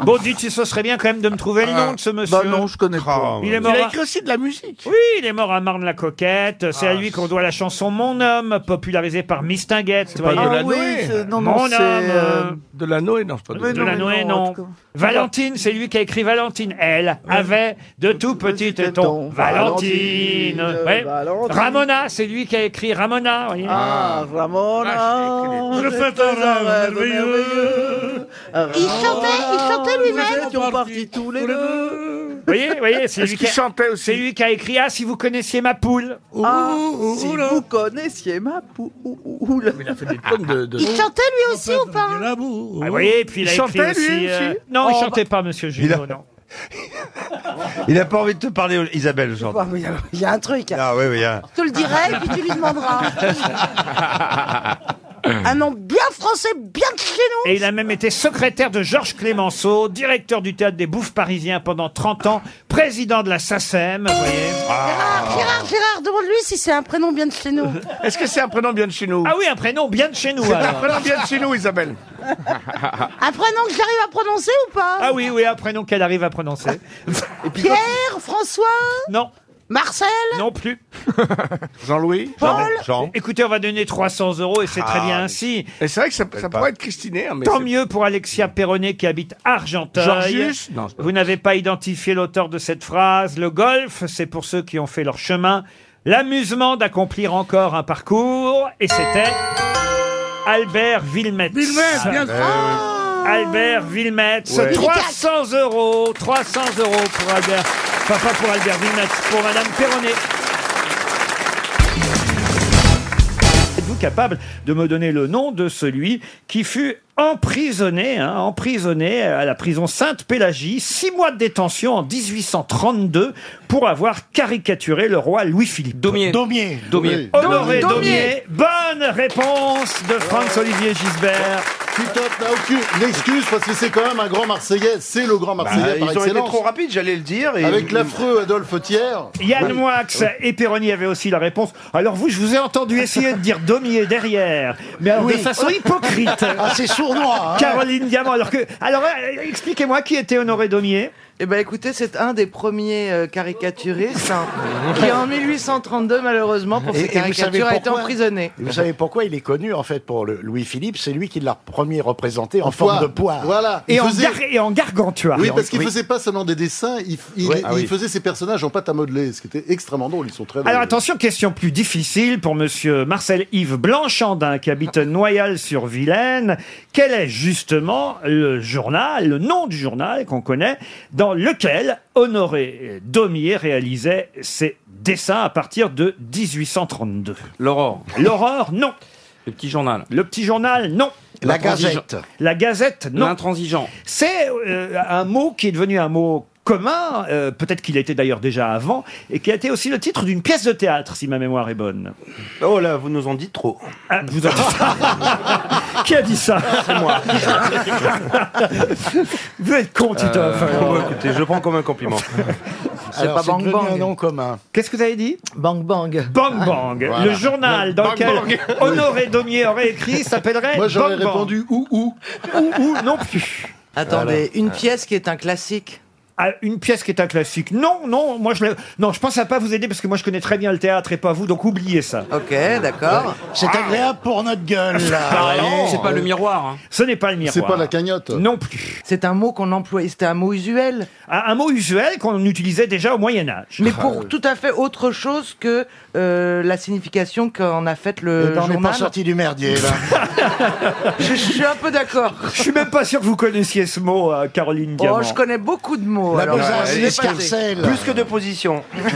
S1: Bon, dites si ce serait bien quand même de me trouver le nom de ce monsieur. non, je connais pas. Il est mort.
S21: Il a
S1: à-
S21: écrit aussi de la musique.
S1: Oui, il est mort à Marne-la-Coquette. Ah, C'est à lui qu'on doit la chanson Mon homme, popularisée par Mistinguette.
S20: Pas de la
S1: Noé
S20: Noé.
S1: Mon homme. euh,
S20: De la Noé, non, c'est pas de la
S1: de la Noé, non. Valentine, c'est lui qui a écrit Valentine. Elle avait de tout petit téton. Valentine.
S21: Valentine,
S1: Ouais.
S21: Valentine.
S1: Ramona, c'est lui qui a écrit Ramona. vous voyez.
S21: Ah,
S11: Oh,
S21: Ramona.
S1: Je fais un rêve merveilleux.
S5: Il chantait, il chantait lui-même.
S21: Ils sont partis tous les deux.
S1: Vous voyez, vous voyez, c'est
S21: Est-ce
S1: lui qui
S21: qu'il
S1: a-
S21: chantait
S1: C'est lui qui a écrit Ah, si vous connaissiez ma poule.
S21: Ah, si vous connaissiez ma poule. Il a fait des tonnes de.
S5: Il chantait lui aussi ou pas
S1: Ah, vous voyez, et puis il,
S19: Il
S1: a écrit
S19: chantait, lui,
S1: aussi, euh,
S19: aussi
S1: Non, il
S19: Oh,
S1: chantait
S19: bah-
S1: pas, monsieur
S19: Il
S1: Junot,
S19: a-
S1: non.
S19: Il a pas envie de te parler, Isabelle, genre.
S5: Il y a un truc.
S19: Ah oui, oui.
S5: Je te le dirai et puis tu lui demanderas.
S1: Un nom bien français, bien de chez nous. Et il a même été secrétaire de Georges Clémenceau, directeur du théâtre des Bouffes Parisiens pendant 30 ans, président de la SACEM, vous voyez.
S5: Gérard, Gérard, demande-lui si c'est un prénom bien de chez nous.
S19: Est-ce que c'est un prénom bien de chez nous
S1: Ah oui, un prénom bien de chez nous.
S19: C'est un
S1: alors.
S19: prénom bien de chez nous, Isabelle.
S5: Un prénom que j'arrive à prononcer ou pas
S1: Ah oui, oui, un prénom qu'elle arrive à prononcer.
S5: Pierre, François
S1: Non.
S5: Marcel
S1: Non plus.
S19: Jean-Louis
S1: Paul Écoutez, on va donner 300 euros et c'est très
S19: Ah,
S1: bien
S19: mais-
S1: ainsi.
S19: Et c'est vrai que ça, ça pourrait être Christinaire, mais.
S1: Tant
S19: c'est- Mm.
S1: mieux pour Alexia Perronnet qui habite Argenteuil.
S19: Georgius Non, c'est pas
S1: Vous n'avez pas identifié l'auteur de cette phrase. Le golf, c'est pour ceux qui ont fait leur chemin. L'amusement d'accomplir encore un parcours. Et c'était Albert Villemets.
S12: Villemets, bien sûr.
S1: Albert Villemets.
S12: Ouais.
S1: 300 euros. 300 euros pour Albert. Enfin, pas pour Albert Villemets, pour Madame Perronnet. Êtes-vous capable de me donner le nom de celui qui fut emprisonné, hein, emprisonné à la prison Sainte-Pélagie, six mois de détention en 1832 pour avoir caricaturé le roi Louis-Philippe Daumier.
S19: Daumier. Daumier.
S1: Honoré Daumier.
S19: Daumier.
S1: Bonne réponse de Franz-Olivier Gisbert.
S22: Putain, t'as aucune une excuse parce que c'est quand même un grand Marseillais, c'est le grand
S19: Bah,
S22: Marseillais
S19: ils
S22: par
S19: ont été
S22: excellence.
S19: trop rapides, j'allais le dire. Et...
S22: Avec l'affreux Adolphe Thiers.
S1: Yann Moix et Perroni avaient aussi la réponse. Alors vous, je vous ai entendu essayer de dire Daumier derrière, mais alors de
S22: Oui.
S1: façon hypocrite.
S22: Ah, c'est sournois, hein.
S1: Caroline Diamant, alors que... Alors euh, expliquez-moi qui était Honoré Daumier.
S21: Eh ben écoutez, c'est un des premiers euh, caricaturistes hein, qui en 1832 malheureusement pour ses caricatures a été emprisonné.
S3: Et vous savez pourquoi il est connu en fait pour le Louis Philippe C'est lui qui l'a premier représenté en,
S22: En
S3: forme
S22: poire.
S3: de poire.
S22: Voilà.
S1: Et
S22: Il
S1: en,
S22: faisait-
S1: gar- et en gargantua.
S22: Oui, parce qu'il
S1: Oui.
S22: faisait pas seulement des dessins, il, f- il-
S1: Ouais, ah
S22: il
S1: oui.
S22: faisait ses personnages en pâte à modeler, ce qui était extrêmement drôle. Ils sont très
S1: Alors
S22: drôles.
S1: attention, question plus difficile pour monsieur Marcel Yves Blanchandin qui habite Noyal-sur-Vilaine. Quel est justement le journal, le nom du journal qu'on connaît, dans lequel Honoré Daumier réalisait ses dessins à partir de 1832
S6: L'aurore.
S1: L'Aurore, non.
S6: Le petit journal.
S1: Le petit journal, non.
S6: La Gazette.
S1: La Gazette, non.
S6: L'intransigeant.
S1: C'est euh, un mot qui est devenu un mot commun, euh, peut-être qu'il était d'ailleurs déjà avant, et qui a été aussi le titre d'une pièce de théâtre, si ma mémoire est bonne.
S19: Oh là, vous nous en dites trop.
S1: Ah, je vous en Qui a dit ça C'est moi. vous êtes con, Titoff. alors.
S19: Euh, écoutez, je prends comme un compliment.
S3: Alors,
S1: pas
S3: c'est
S1: Bang
S3: devenu
S1: Bang.
S3: un nom commun.
S1: Qu'est-ce que vous avez dit
S3: Bang Bang.
S1: Bang Bang,
S3: Voilà.
S1: le journal dans
S3: Bang
S1: lequel
S3: Bang.
S1: Honoré Daumier aurait écrit s'appellerait
S22: Moi, j'aurais
S1: Bang Bang.
S22: répondu ou ou.
S1: Ou ou non plus.
S21: Attendez,
S22: Voilà.
S21: une
S22: Ouais.
S21: pièce qui est un classique.
S1: à Ah, une pièce qui est un classique. Non, non, moi je l'ai- non, je pense à pas vous aider parce que moi je connais très bien le théâtre et pas vous, donc oubliez ça.
S21: Ok,
S10: Eh,
S21: d'accord.
S1: C'est agréable pour notre gueule.
S6: C'est pas le miroir. hein.
S1: Ce n'est pas le miroir.
S6: C'est pas la
S1: cagnotte. Non plus.
S21: C'est un mot qu'on employait, c'était un mot usuel.
S1: Un, un mot usuel qu'on utilisait déjà au Moyen Âge.
S21: Mais pour tout à fait autre chose que euh, la signification qu'en a faite le
S1: Et on n'est pas
S21: journal.
S1: sorti
S21: du merdier là. je, je suis un peu d'accord.
S1: Je suis même pas sûr que vous connaissiez ce mot, euh, Caroline Diamant.
S21: Oh, je connais beaucoup de mots.
S1: La
S21: alors, euh,
S1: besace,
S21: je
S5: euh,
S21: l'ai pas dit.
S19: Plus que deux positions.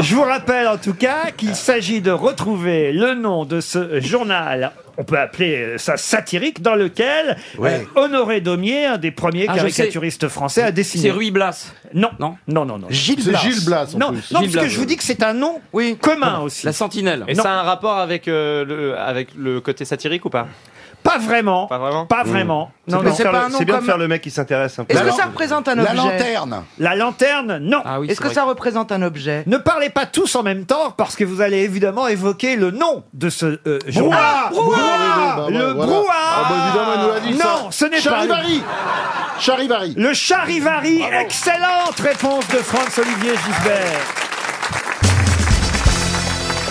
S1: Je vous rappelle en tout cas qu'il s'agit de retrouver le nom de ce journal. On peut appeler ça satirique, dans lequel
S6: Ouais.
S1: euh, Honoré Daumier, un des premiers
S6: Ah, je
S1: caricaturistes français, a dessiné.
S6: C'est Ruy Blas.
S1: Non. Non, non, non. non.
S6: Gilles C'est Blas. Gilles Blas, en
S1: Non, non
S6: plus. Gilles
S1: parce
S6: Blas,
S1: que je vous
S6: oui.
S1: dis que c'est un nom commun aussi.
S6: La sentinelle.
S10: Et ça a un rapport avec, euh, le, avec le côté satirique ou pas
S1: Pas vraiment.
S10: Pas vraiment
S1: Pas vraiment.
S10: Mm. Mmh. C'est
S1: Non,
S10: bien
S1: non. Mais
S10: de faire
S1: c'est pas
S10: le-
S1: un nom
S10: C'est bien de
S1: comme-
S10: faire le mec qui s'intéresse un peu.
S21: Est-ce que ça représente un objet
S1: La lanterne, non.
S21: Est-ce que ça représente un objet
S1: Ne parlez pas tous en même temps parce que vous allez évidemment évoquer le nom de ce euh, journal.
S22: Brouhaha
S1: Brouhaha
S22: Oui, oui, bah,
S1: Le
S22: voilà.
S1: brouhaha
S22: Ah, bah, évidemment, elle nous l'a dit, ça.
S1: Non, ce n'est pas...
S22: Charivari
S1: Charivari Le Charivari Excellente réponse de Franz-Olivier Gisbert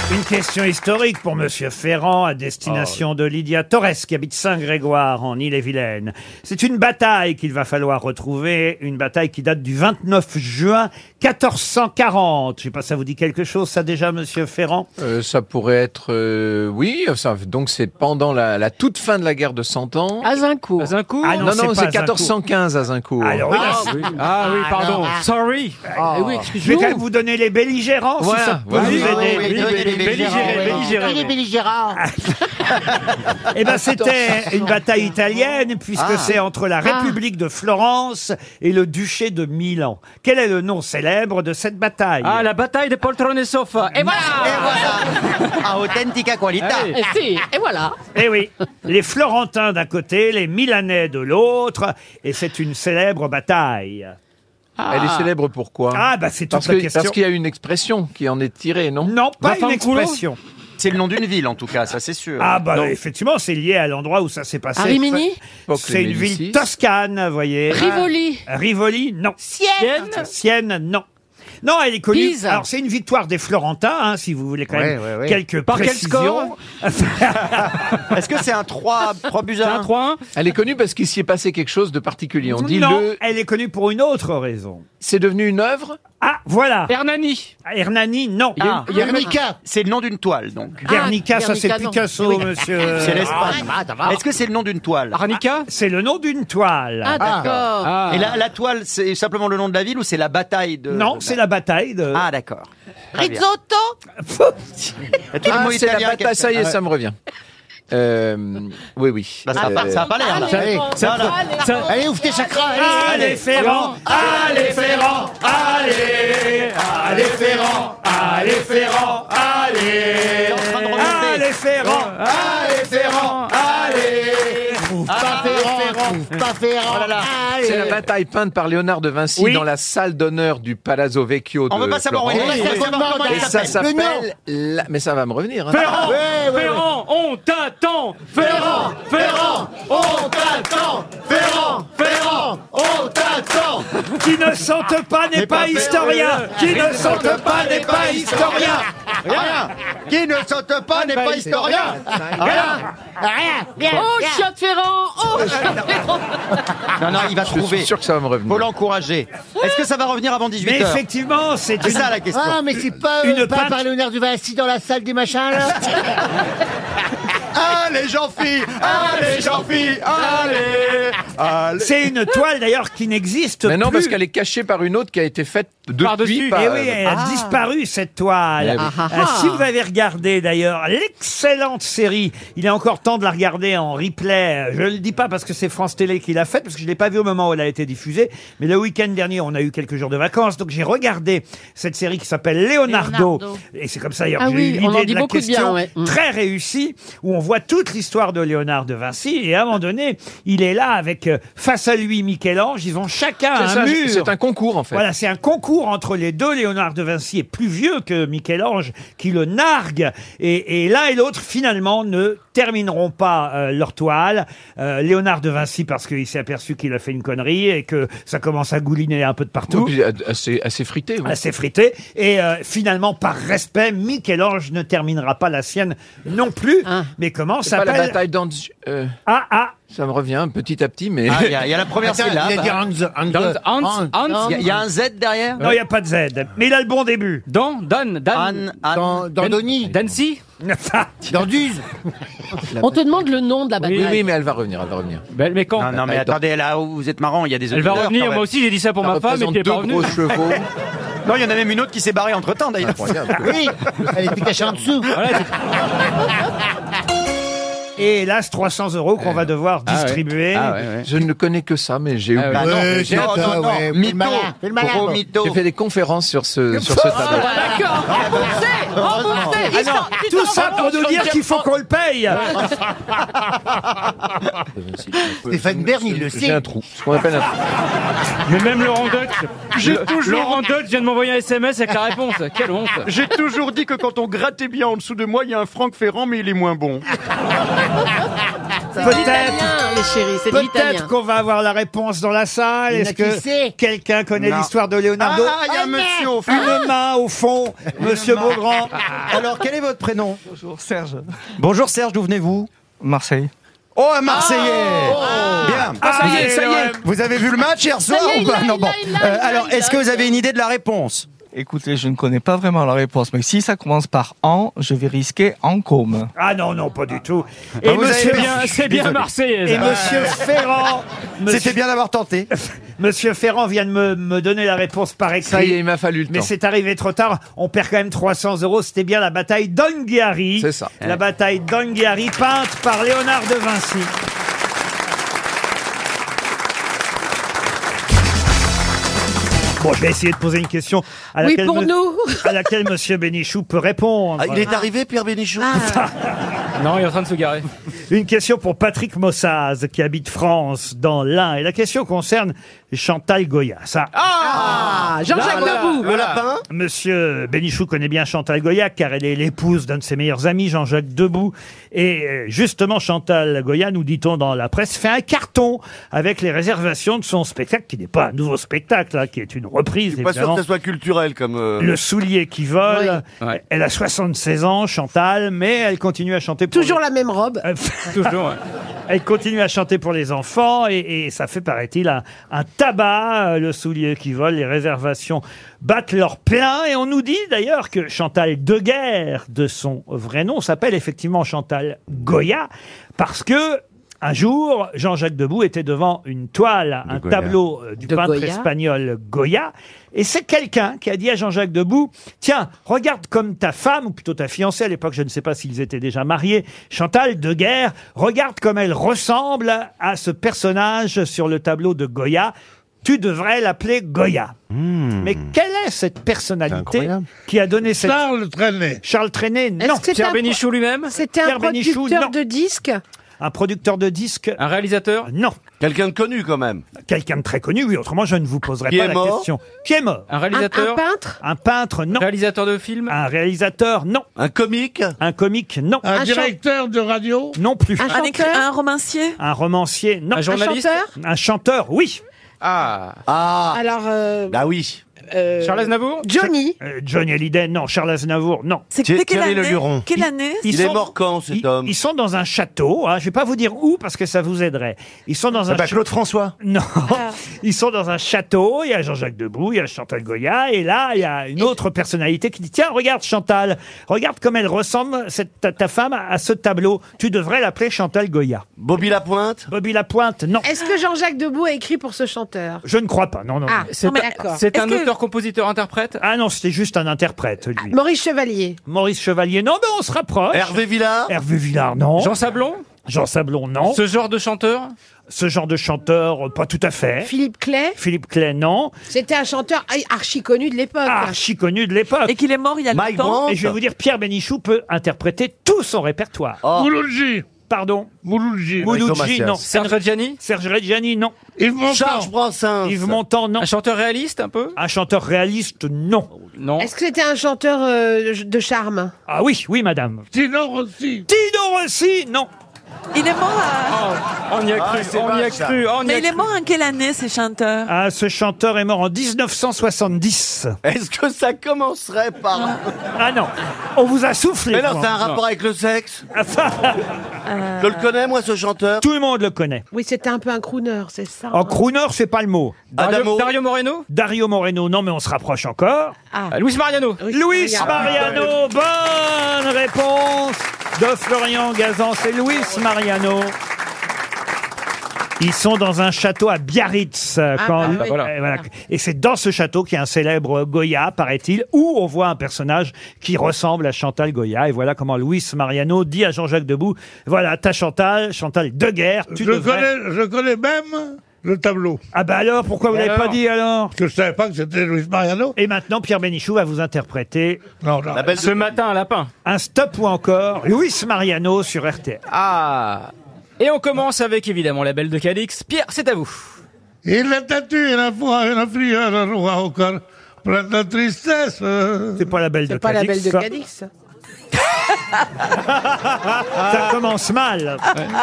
S1: une question historique pour Monsieur Ferrand à destination de Lydia Torres qui habite Saint-Grégoire en Ille-et-Vilaine. C'est une bataille qu'il va falloir retrouver, une bataille qui date du 29 juin 1440. Je sais pas, ça vous dit quelque chose ça déjà, Monsieur Ferrand
S20: Euh, ça pourrait être euh, oui, ça- donc c'est pendant la, la toute fin de la guerre de 100 ans.
S1: Azincourt.
S20: Azincourt
S1: Ah non,
S20: non,
S1: c'est
S20: non,
S1: pas
S20: c'est
S1: Azincourt.
S20: 1415 Azincourt.
S1: Alors, oui, là, c'est-
S20: Ah oui, pardon.
S1: Ah.
S20: Sorry.
S1: Eh oui, Je vais quand même vous donner les belligérants si
S20: Voilà,
S1: ça peut
S20: voilà.
S1: vous
S20: Ah
S1: aider.
S20: oui, oui, oui, oui, belligéré, belligéré.
S1: Il est Eh ben, c'était une bataille italienne, puisque
S6: Ah.
S1: c'est entre la
S6: Ah.
S1: République de Florence et le duché de Milan. Quel est le nom célèbre de cette bataille
S6: Ah, la bataille des poltrons et sofa. Et voilà
S1: Ah, authentica qualità.
S6: Eh
S14: si, et voilà.
S1: Eh oui, les Florentins d'un côté, les Milanais de l'autre, et c'est une célèbre bataille.
S20: Elle est célèbre pourquoi
S1: Ah, bah, c'est toute
S20: parce
S1: la
S20: que-
S1: question.
S20: Parce qu'il y a une expression qui en est tirée, non
S1: Non, pas une expression.
S10: C'est le nom d'une ville en tout cas, ça c'est sûr.
S1: Ah bah
S10: Non.
S1: effectivement, c'est lié à l'endroit où ça s'est passé.
S10: À Rimini
S1: C'est une
S10: Médicis.
S1: ville toscane, vous voyez.
S14: Rivoli.
S1: Ah, Rivoli, non.
S14: Sienne.
S1: Sienne, non. Non, elle est connue.
S14: Pise.
S1: Alors c'est une victoire des Florentins, hein, si vous voulez quand même
S10: Ouais, ouais, ouais.
S1: quelques
S10: Par quel
S1: précisions.
S10: score Est-ce que c'est un 3, 3 buts à 1
S20: Elle est connue parce qu'il s'y est passé quelque chose de particulier. On dit
S1: non,
S20: le.
S1: elle est connue pour une autre raison.
S20: C'est devenu une œuvre
S1: Ah, voilà.
S20: Hernani.
S1: Hernani, non.
S10: Ah,
S1: Il y a une-
S10: Guernica. C'est le nom d'une toile donc.
S1: Ah, Guernica, ça c'est Picasso,
S10: Oui.
S1: monsieur.
S10: C'est l'Espagne. Ah.
S20: Ah,
S10: Est-ce que c'est le nom d'une toile
S1: Guernica C'est le nom d'une toile.
S10: Ah, Et la, la toile, c'est simplement le nom de la ville ou c'est la bataille de.
S1: Non, c'est la bataille de.
S10: Ah, d'accord. Très bien.
S1: Risotto
S10: Et tout le
S20: Ah,
S10: mot
S20: c'est la
S10: italien
S20: bataille,
S10: qu'elle
S20: ça y est,
S10: fait. Ah
S20: ça
S10: ouais.
S20: me revient. Euh, oui, oui. Euh,
S10: Bah, ça a pas- ça a pas l'air, là. Allez, allez,
S23: Allez, ouvre tes chakras, allez,
S15: Allez, Ferrand,
S23: allez,
S15: Ferrand, allez, allez, Ferrand, allez, Ferrand, allez,
S1: allez, Ferrand,
S15: allez, Ferrand, allez,
S23: Pas Ferrand, pas Ferrand.
S9: Oh
S23: Allez.
S20: Oh C'est la bataille peinte par Léonard de Vinci
S23: Oui.
S20: dans la salle d'honneur du Palazzo Vecchio de
S10: On veut pas savoir où elle est,
S20: Florence.
S10: on veut savoir comment elle
S20: Et ça
S10: s'appelle. Le
S20: s'appelle... la- Mais ça va me revenir. hein.
S6: Ferrand Ferrand, on t'attend Ferrand Ferrand, on t'attend Ferrand Ferrand, on t'attend
S1: Qui ne saute pas n'est pas,
S6: pas
S1: historien.
S6: Ferrand.
S1: Qui ne
S6: Rien.
S1: saute pas n'est pas historien.
S23: Rien. Qui ne saute pas n'est pas historien. Rien. Rien.
S14: Oh, chien de Ferrand Oh, chien de Ferrand
S10: Non, non, il va trouver.
S20: Je suis sûr que ça va me revenir.
S10: Faut l'encourager.
S2: Eh,
S10: Est-ce que ça va revenir avant 18h
S1: Mais effectivement, c'est
S10: C'est
S1: une-
S10: ça la question.
S23: Ah, mais c'est pas, euh,
S1: Une
S23: pas
S1: peintre-
S23: par Léonard du Vinci dans la salle des machins, là
S10: Allez, Jean-Phi Allez, Jean-Phi Allez
S1: C'est une toile d'ailleurs qui n'existe plus.
S20: Mais non, parce qu'elle est cachée par une autre qui a été faite depuis. par-
S1: Eh oui, elle a
S20: Ah.
S1: disparu cette toile.
S20: Eh oui. Ah,
S1: Euh,
S20: ah,
S1: Si vous avez regardé d'ailleurs l'excellente série, il est encore temps de la regarder en replay. Je le dis pas parce que c'est France Télé qui l'a faite, parce que je l'ai pas vue au moment où elle a été diffusée. Mais le week-end dernier, on a eu quelques jours de vacances, donc j'ai regardé cette série qui s'appelle Leonardo.
S6: Leonardo.
S1: Et c'est comme ça d'ailleurs
S6: Ah
S1: que j'ai
S6: oui,
S1: eu
S6: on en
S1: l'idée
S6: dit
S1: de la
S6: beaucoup de bien, Mm.
S1: question
S6: ouais.
S1: très réussie, où on voit toute l'histoire de Léonard de Vinci. Et à un moment donné, il est là avec euh, face à lui Michel-Ange. Ils ont chacun
S20: C'est
S1: un
S20: ça,
S1: mur.
S20: c'est un concours, en fait.
S1: Voilà, c'est un concours entre les deux. Léonard de Vinci est plus vieux que Michel-Ange, qui le nargue. Et, et l'un et l'autre, finalement, ne termineront pas euh, leur toile. Euh, Léonard de Vinci, parce qu'il s'est aperçu qu'il a fait une connerie et que ça commence à gouliner un peu de partout.
S20: Oui, puis assez, assez frité. oui.
S1: Assez frité. Et euh, finalement, par respect, Michel-Ange ne terminera pas la sienne non plus. Mais comment
S20: C'est pas la
S1: s'appelle
S20: bataille d'Anz... euh,
S1: Ah, ah
S20: Ça me revient petit à petit, mais...
S1: Ah, il y a- il y a la première
S20: Attends,
S1: syllabe.
S20: il a dit
S1: Dans- Hans, Hans.
S20: Il y a- il y a un
S1: Z derrière Non, il n'y a pas de Z. Mais il a le bon début. Don, Don, Don. Don, Doni. Dancy Danduse.
S14: On te demande le nom de la
S20: Oui,
S14: bataille.
S20: oui, mais elle va revenir, elle va revenir.
S10: Ben, mais quand Non, non, mais
S20: Attends.
S10: attendez,
S2: ah,
S10: là, vous êtes marrant, il y a des
S20: Elle va
S10: auditeurs,
S20: revenir,
S10: quand même.
S20: moi aussi, j'ai dit ça pour Ça ma femme, représente et puis elle est pas deux revenue. gros chevaux.
S10: non, il y en a même une autre qui s'est barrée entre temps, d'ailleurs.
S20: Incroyable.
S10: oui, elle était cachée en dessous.
S1: Et hélas, 300 euros qu'on va devoir
S20: Ah ouais.
S1: distribuer.
S20: Ah ouais, ouais. Je ne connais que ça, mais j'ai eu.
S1: Ah ouais. Ouais, c'est
S20: non,
S1: ça,
S20: non, non,
S1: ouais. Fais le
S20: mytho.
S1: malin, fais le malin.
S20: Gros mytho. J'ai fait des conférences sur ce, sur ce tableau. Ah, bah,
S15: D'accord, remboursé, remboursé.
S1: Ah non, tout ça pour nous dire qu'il faut qu'on le paye.
S23: Stéphane Bern, il le
S20: J'ai
S23: sait.
S20: un trou, ce qu'on appelle un trou.
S6: Mais même Laurent Deutsch,
S20: J'ai
S6: Le-
S20: toujours-
S6: Laurent Deutsch vient de m'envoyer un SMS avec la réponse. Quelle honte
S4: J'ai toujours dit que quand on grattait bien en dessous de moi, il y a un Franck Ferrand, mais il est moins bon.
S14: C'est de l'italien, les chéris, c'est de l'italien.
S1: Peut-être qu'on va avoir la réponse dans la salle.
S14: Il y en a
S1: Est-ce
S14: qui
S1: que
S14: sait.
S1: quelqu'un connaît
S10: Non.
S1: l'histoire de Leonardo
S10: Ah, il y a un monsieur au fond.
S2: ah.
S1: Une main au fond, monsieur Beaugrand.
S2: Alors, quel est votre prénom Bonjour Serge. Bonjour Serge, d'où venez-vous Marseille. Oh, un Marseillais Bien Ah, ça y est, ça y est Vous avez vu le match hier soir Ça y est, ou il pas l'a, Non, il bon. l'a, il l'a, Euh, il l'a, Alors, il est-ce l'a. que vous avez une idée de la réponse Écoutez, je ne connais pas vraiment la réponse, mais si ça commence par en, je vais risquer en com.
S1: Ah non, non, pas du tout.
S2: Ah, vous avez- C'est bien- c'est bien Désolé. marseillais,
S1: Et
S2: ça.
S1: monsieur Ferrand. C'était bien
S2: d'avoir tenté.
S1: Ah. monsieur Ferrand vient de me, me donner la réponse par écrit.
S20: Ça y est, il m'a fallu le
S1: Mais
S20: temps.
S1: c'est arrivé trop tard. On perd quand même 300 euros. C'était bien la bataille d'Anghiari.
S20: C'est ça.
S1: La bataille d'Anghiari, peinte par Léonard de Vinci. Bon, je vais essayer de poser une question à
S14: Oui,
S1: laquelle,
S14: pour nous.
S1: à laquelle Monsieur Bénichou peut répondre.
S2: Ah,
S20: Ah,
S2: il est arrivé, Pierre Bénichou
S1: Non, il est en train de se garer. Une question pour Patrick Mossaz, qui habite France, dans l'Ain. Et la question concerne Chantal Goya. Ça.
S15: Ah, Jean-Jacques Debout.
S1: Monsieur Bénichou connaît bien Chantal Goya, car elle est l'épouse d'un de ses meilleurs amis, Jean-Jacques Debout. Et euh, justement, Chantal Goya, nous dit-on dans la presse, fait un carton avec les réservations de son spectacle, qui n'est pas un nouveau spectacle, hein, qui est une reprise,
S24: Pas sûr
S1: évidemment.
S24: que ça soit culturel comme. euh,
S1: Le soulier qui vole.
S24: Oui. Ouais.
S1: Elle a 76 ans, Chantal, mais elle continue à chanter. Pour Toujours
S14: la même robe.
S1: Toujours. Elle continue à chanter pour les enfants et, et ça fait, paraît-il, un, un tabac. euh, Le soulier qui vole, les réservations battent leur plein et on nous dit d'ailleurs que Chantal Deguerre, de son vrai nom, s'appelle effectivement Chantal Goya parce que. Un jour, Jean-Jacques Debout était devant une toile, un
S2: Goya.
S1: tableau euh, du
S2: De
S1: peintre
S2: Goya.
S1: espagnol Goya. Et c'est quelqu'un qui a dit à Jean-Jacques Debout, tiens, regarde comme ta femme, ou plutôt ta fiancée, à l'époque je ne sais pas s'ils étaient déjà mariés, Chantal de Guerre, regarde comme elle ressemble à ce personnage sur le tableau de Goya. Tu devrais l'appeler Goya.
S15: Hmm.
S1: Mais quelle est cette personnalité qui a donné cette... Charles Trenet. Charles Trenet, non.
S6: lui-même
S1: C'était un Pierre Bénichou, producteur non. de
S6: disques
S1: Un producteur de disques. Un réalisateur Non. Quelqu'un de connu quand même. Quelqu'un de très connu, oui. Autrement, je ne vous poserai
S6: Qui
S1: pas
S6: est
S1: la
S6: mort
S1: question. Qui est mort Un
S6: réalisateur Un- un
S1: peintre Un peintre, non. Réalisateur de film Un réalisateur, non. Un comique Un comique, non.
S12: Un Un chan- directeur
S1: de radio Non plus.
S11: Un, écri- un romancier
S1: Un romancier, non.
S11: Un journaliste Un chanteur
S1: Un chanteur, oui. Ah. Ah.
S11: Alors, euh,
S1: Bah oui.
S11: Charles Aznavour
S1: Johnny. Euh, Johnny Hallyday, non. Charles Aznavour, non.
S11: C'est- Thierry- quelle Thierry Le année Luron. Quelle
S1: Ils-
S11: année
S1: ils
S11: Il est
S1: sont-
S11: mort
S24: quand, cet
S1: ils- Ils sont dans un château. hein. Je vais pas vous dire où parce que ça vous aiderait. Ils sont dans
S24: Ah
S1: un.
S24: bah,
S1: cha-
S24: Claude François.
S1: Non. Ils sont dans un château. Il y a Jean-Jacques Debout, il y a Chantal Goya, et là il y a une autre personnalité qui dit tiens regarde Chantal, regarde comme elle ressemble cette, ta, ta femme à ce tableau. Tu devrais l'appeler Chantal Goya. Bobby Lapointe. Bobby Lapointe, non.
S25: Est-ce que Jean-Jacques Debout a écrit pour ce chanteur
S1: Je ne crois pas. Non non.
S25: Ah,
S1: non.
S25: C'est non, mais un- d'accord. c'est un Est-ce que- Ah,
S1: auteur-compositeur-interprète Ah non, c'était juste un interprète, lui.
S25: Maurice Chevalier.
S1: Maurice Chevalier, non, mais on se rapproche. Hervé Villard Hervé Villard, non.
S6: Jean Sablon
S1: Jean Sablon, non.
S6: Ce genre de chanteur
S1: Ce genre de chanteur, euh, pas tout à fait.
S25: Philippe Clay.
S1: Philippe Clay, non.
S25: C'était un chanteur archi connu de l'époque.
S1: Archi connu de l'époque. Et
S25: qu'il est mort il y a
S1: Et je vais vous dire, Pierre Bénichou peut interpréter tout son répertoire.
S25: Oh.
S1: Mouloudji Pardon
S12: Mouloudji.
S1: Mouloudji, non.
S6: Serge Reggiani
S1: Serge Reggiani, non.
S12: Yves Montand.
S1: Charles
S12: Brassens.
S1: Yves Montand, non. Un
S6: chanteur réaliste, un peu
S1: Un chanteur réaliste, non.
S6: Non.
S25: Est-ce que c'était un chanteur euh, de charme
S1: Ah oui, oui, madame.
S12: Tino Rossi.
S1: Tino Rossi, non.
S11: Il est mort à...
S6: Oh, On y a cru, on y a cru, on y
S11: Mais
S6: a
S11: il est mort en quelle année, ce chanteur
S1: Ah, ce chanteur est mort en 1970.
S23: Est-ce que ça commencerait par.
S1: Ah non, on vous a soufflé.
S23: Mais non,
S1: moi.
S23: c'est un rapport avec le sexe.
S5: Euh,
S23: Je le connais, moi, ce chanteur.
S1: Tout le monde le connaît.
S25: Oui, c'était un peu un crooner, c'est ça
S1: En crooner, Oh, c'est pas le mot.
S6: Dario, Dario Moreno
S1: Ah, Dario Moreno, non mais on se rapproche encore. Euh,
S6: Ah, Luis Mariano.
S1: Luis Ah, bah, Mariano, bonne réponse de Florian Gazan, c'est Luis Mariano. Ils sont dans un château à Biarritz. euh,
S6: Ah,
S1: quand-
S6: bah oui.
S1: euh, voilà. Et c'est dans ce château qu'il y a un célèbre Goya, paraît-il, où on voit un personnage qui ressemble à Chantal Goya. Et voilà comment Luis Mariano dit à Jean-Jacques Debout, voilà, ta Chantal, Chantal Deguerre, tu
S12: je,
S1: devrais...
S12: connais, je connais même le tableau.
S1: Ah bah alors, pourquoi vous
S12: Et
S1: l'avez pas
S12: alors
S1: dit alors
S12: Que je savais pas que c'était Luis Mariano.
S1: Et maintenant, Pierre Bénichou va vous interpréter
S12: Non, non.
S6: Ce matin, un lapin.
S1: un stop ou encore Luis Mariano sur RTL.
S6: Ah Et on commence avec, évidemment, la belle de Calix. Pierre, c'est à vous.
S12: Il était une fois une frieuse roi au cœur plein de tristesse.
S1: C'est pas la belle de
S25: C'est pas la belle
S1: Cadix.
S25: de Cadix.
S1: Ça commence mal.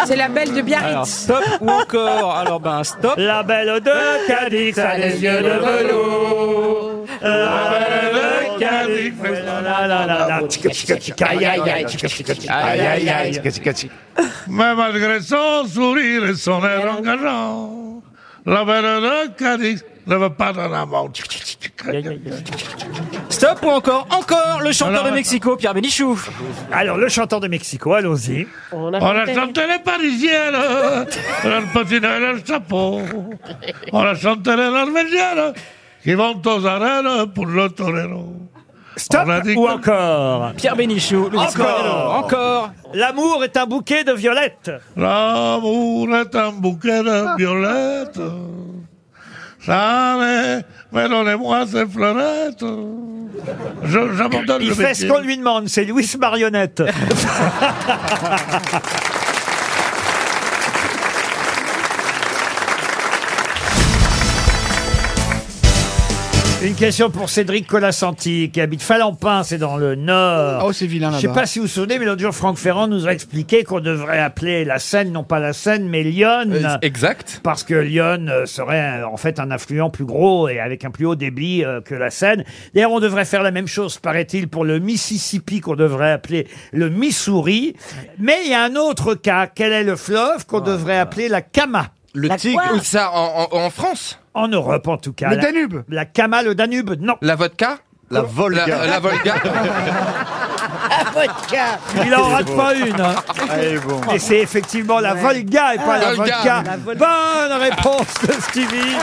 S25: C'est la belle de
S6: Alors,
S25: Biarritz.
S6: stop ou encore Alors, ben, stop.
S1: La belle de Cadix a les yeux de velours. La belle de Cadix. La la la la la. Tchica, tchica, tchica, aïe, aïe, aïe, tchica, tchica, tchica, aïe, aïe, aïe.
S12: Mais malgré son sourire et son air engageant, la belle de Cadix ne veut pas d'un amant.
S6: Stop ou encore Encore le chanteur
S12: Alors,
S6: de Mexico, Pierre Bénichou.
S1: Alors, le chanteur de Mexico, allons-y.
S25: On
S12: On a chanté les parisiennes, leurs patinets et leurs chapeaux. On a chanté les norvégiennes qui vont aux arènes pour le torero.
S1: Stop
S12: On a dit
S1: ou
S12: que-
S1: encore
S6: Pierre Bénichou, Luis
S1: Encore.
S6: Mariano, encore.
S1: L'amour est un bouquet de violettes.
S12: L'amour est un bouquet de violettes. Ça allez, mais donnez-moi ces fleurettes. Je- J'abandonne
S1: Il
S12: le
S1: fait ce
S12: métier.
S1: qu'on lui demande, c'est Louis Marionnette. Une question pour Cédric Colasanti, qui habite Falampin, c'est dans le Nord.
S7: Oh, c'est vilain
S1: Je sais
S7: là-bas.
S1: pas si vous vous souvenez, mais l'autre jour, Franck Ferrand nous a expliqué qu'on devrait appeler la Seine, non pas la Seine, mais Lyon.
S20: Euh, exact.
S1: Parce que Lyon euh, serait euh, en fait un affluent plus gros et avec un plus haut débit euh, que la Seine. D'ailleurs, on devrait faire la même chose, paraît-il, pour le Mississippi, qu'on devrait appeler le Missouri. Mais il y a un autre cas. Quel est le fleuve qu'on devrait appeler la Kama
S20: Le tigre, où ça en, en- en France
S1: En Europe, en tout cas.
S7: Le
S1: La-
S7: Danube.
S1: La Kama, le Danube, non.
S20: La vodka La Volga. La, Volga
S1: Il en rate pas une. hein. Et c'est effectivement la Volga et pas Ah, la
S20: Volga.
S1: vodka.
S20: Ah, La
S1: Bonne réponse de Stevie.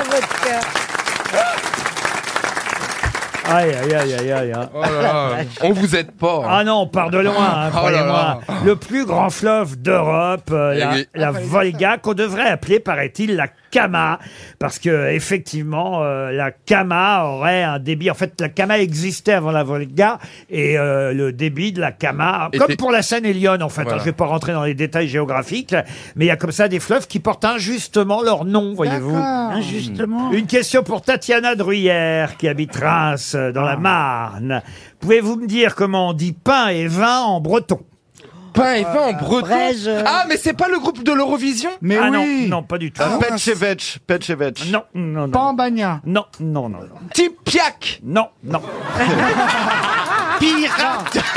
S1: Aïe, aïe, aïe, aïe, aïe, hein. aïe.
S20: Oh là là, on vous aide pas. hein.
S1: Ah non, on part de loin, hein,
S20: Oh là là.
S1: croyez-moi. Le plus grand fleuve d'Europe, euh,
S20: Eh
S1: la,
S20: oui.
S1: la Volga, qu'on devrait appeler, paraît-il, la Kama, parce que effectivement, euh, la Kama aurait un débit. En fait, la Kama existait avant la Volga, et euh, le débit de la Kama,
S20: Et
S1: comme
S20: t'es-
S1: pour la Seine et Lyon, en fait.
S20: Voilà.
S1: hein, je vais pas rentrer dans les détails géographiques, mais il y a comme ça des fleuves qui portent injustement leur nom, voyez-vous.
S5: hein, Injustement.
S1: Une question pour Tatiana Druyère, qui habite Reims, euh, dans la Marne. Pouvez-vous me dire comment on dit pain et vin en breton
S20: Pain et vin en breton.
S5: Braise.
S20: Ah, mais c'est pas le groupe de l'Eurovision
S7: Mais
S1: Ah
S7: oui.
S1: non, non, pas du tout.
S20: Ah,
S19: Petchevech, Petchevech.
S1: Non, non, non.
S7: Pambagna.
S1: Non, non, non, non.
S20: Tipiak
S1: Non, non.
S7: Pirate.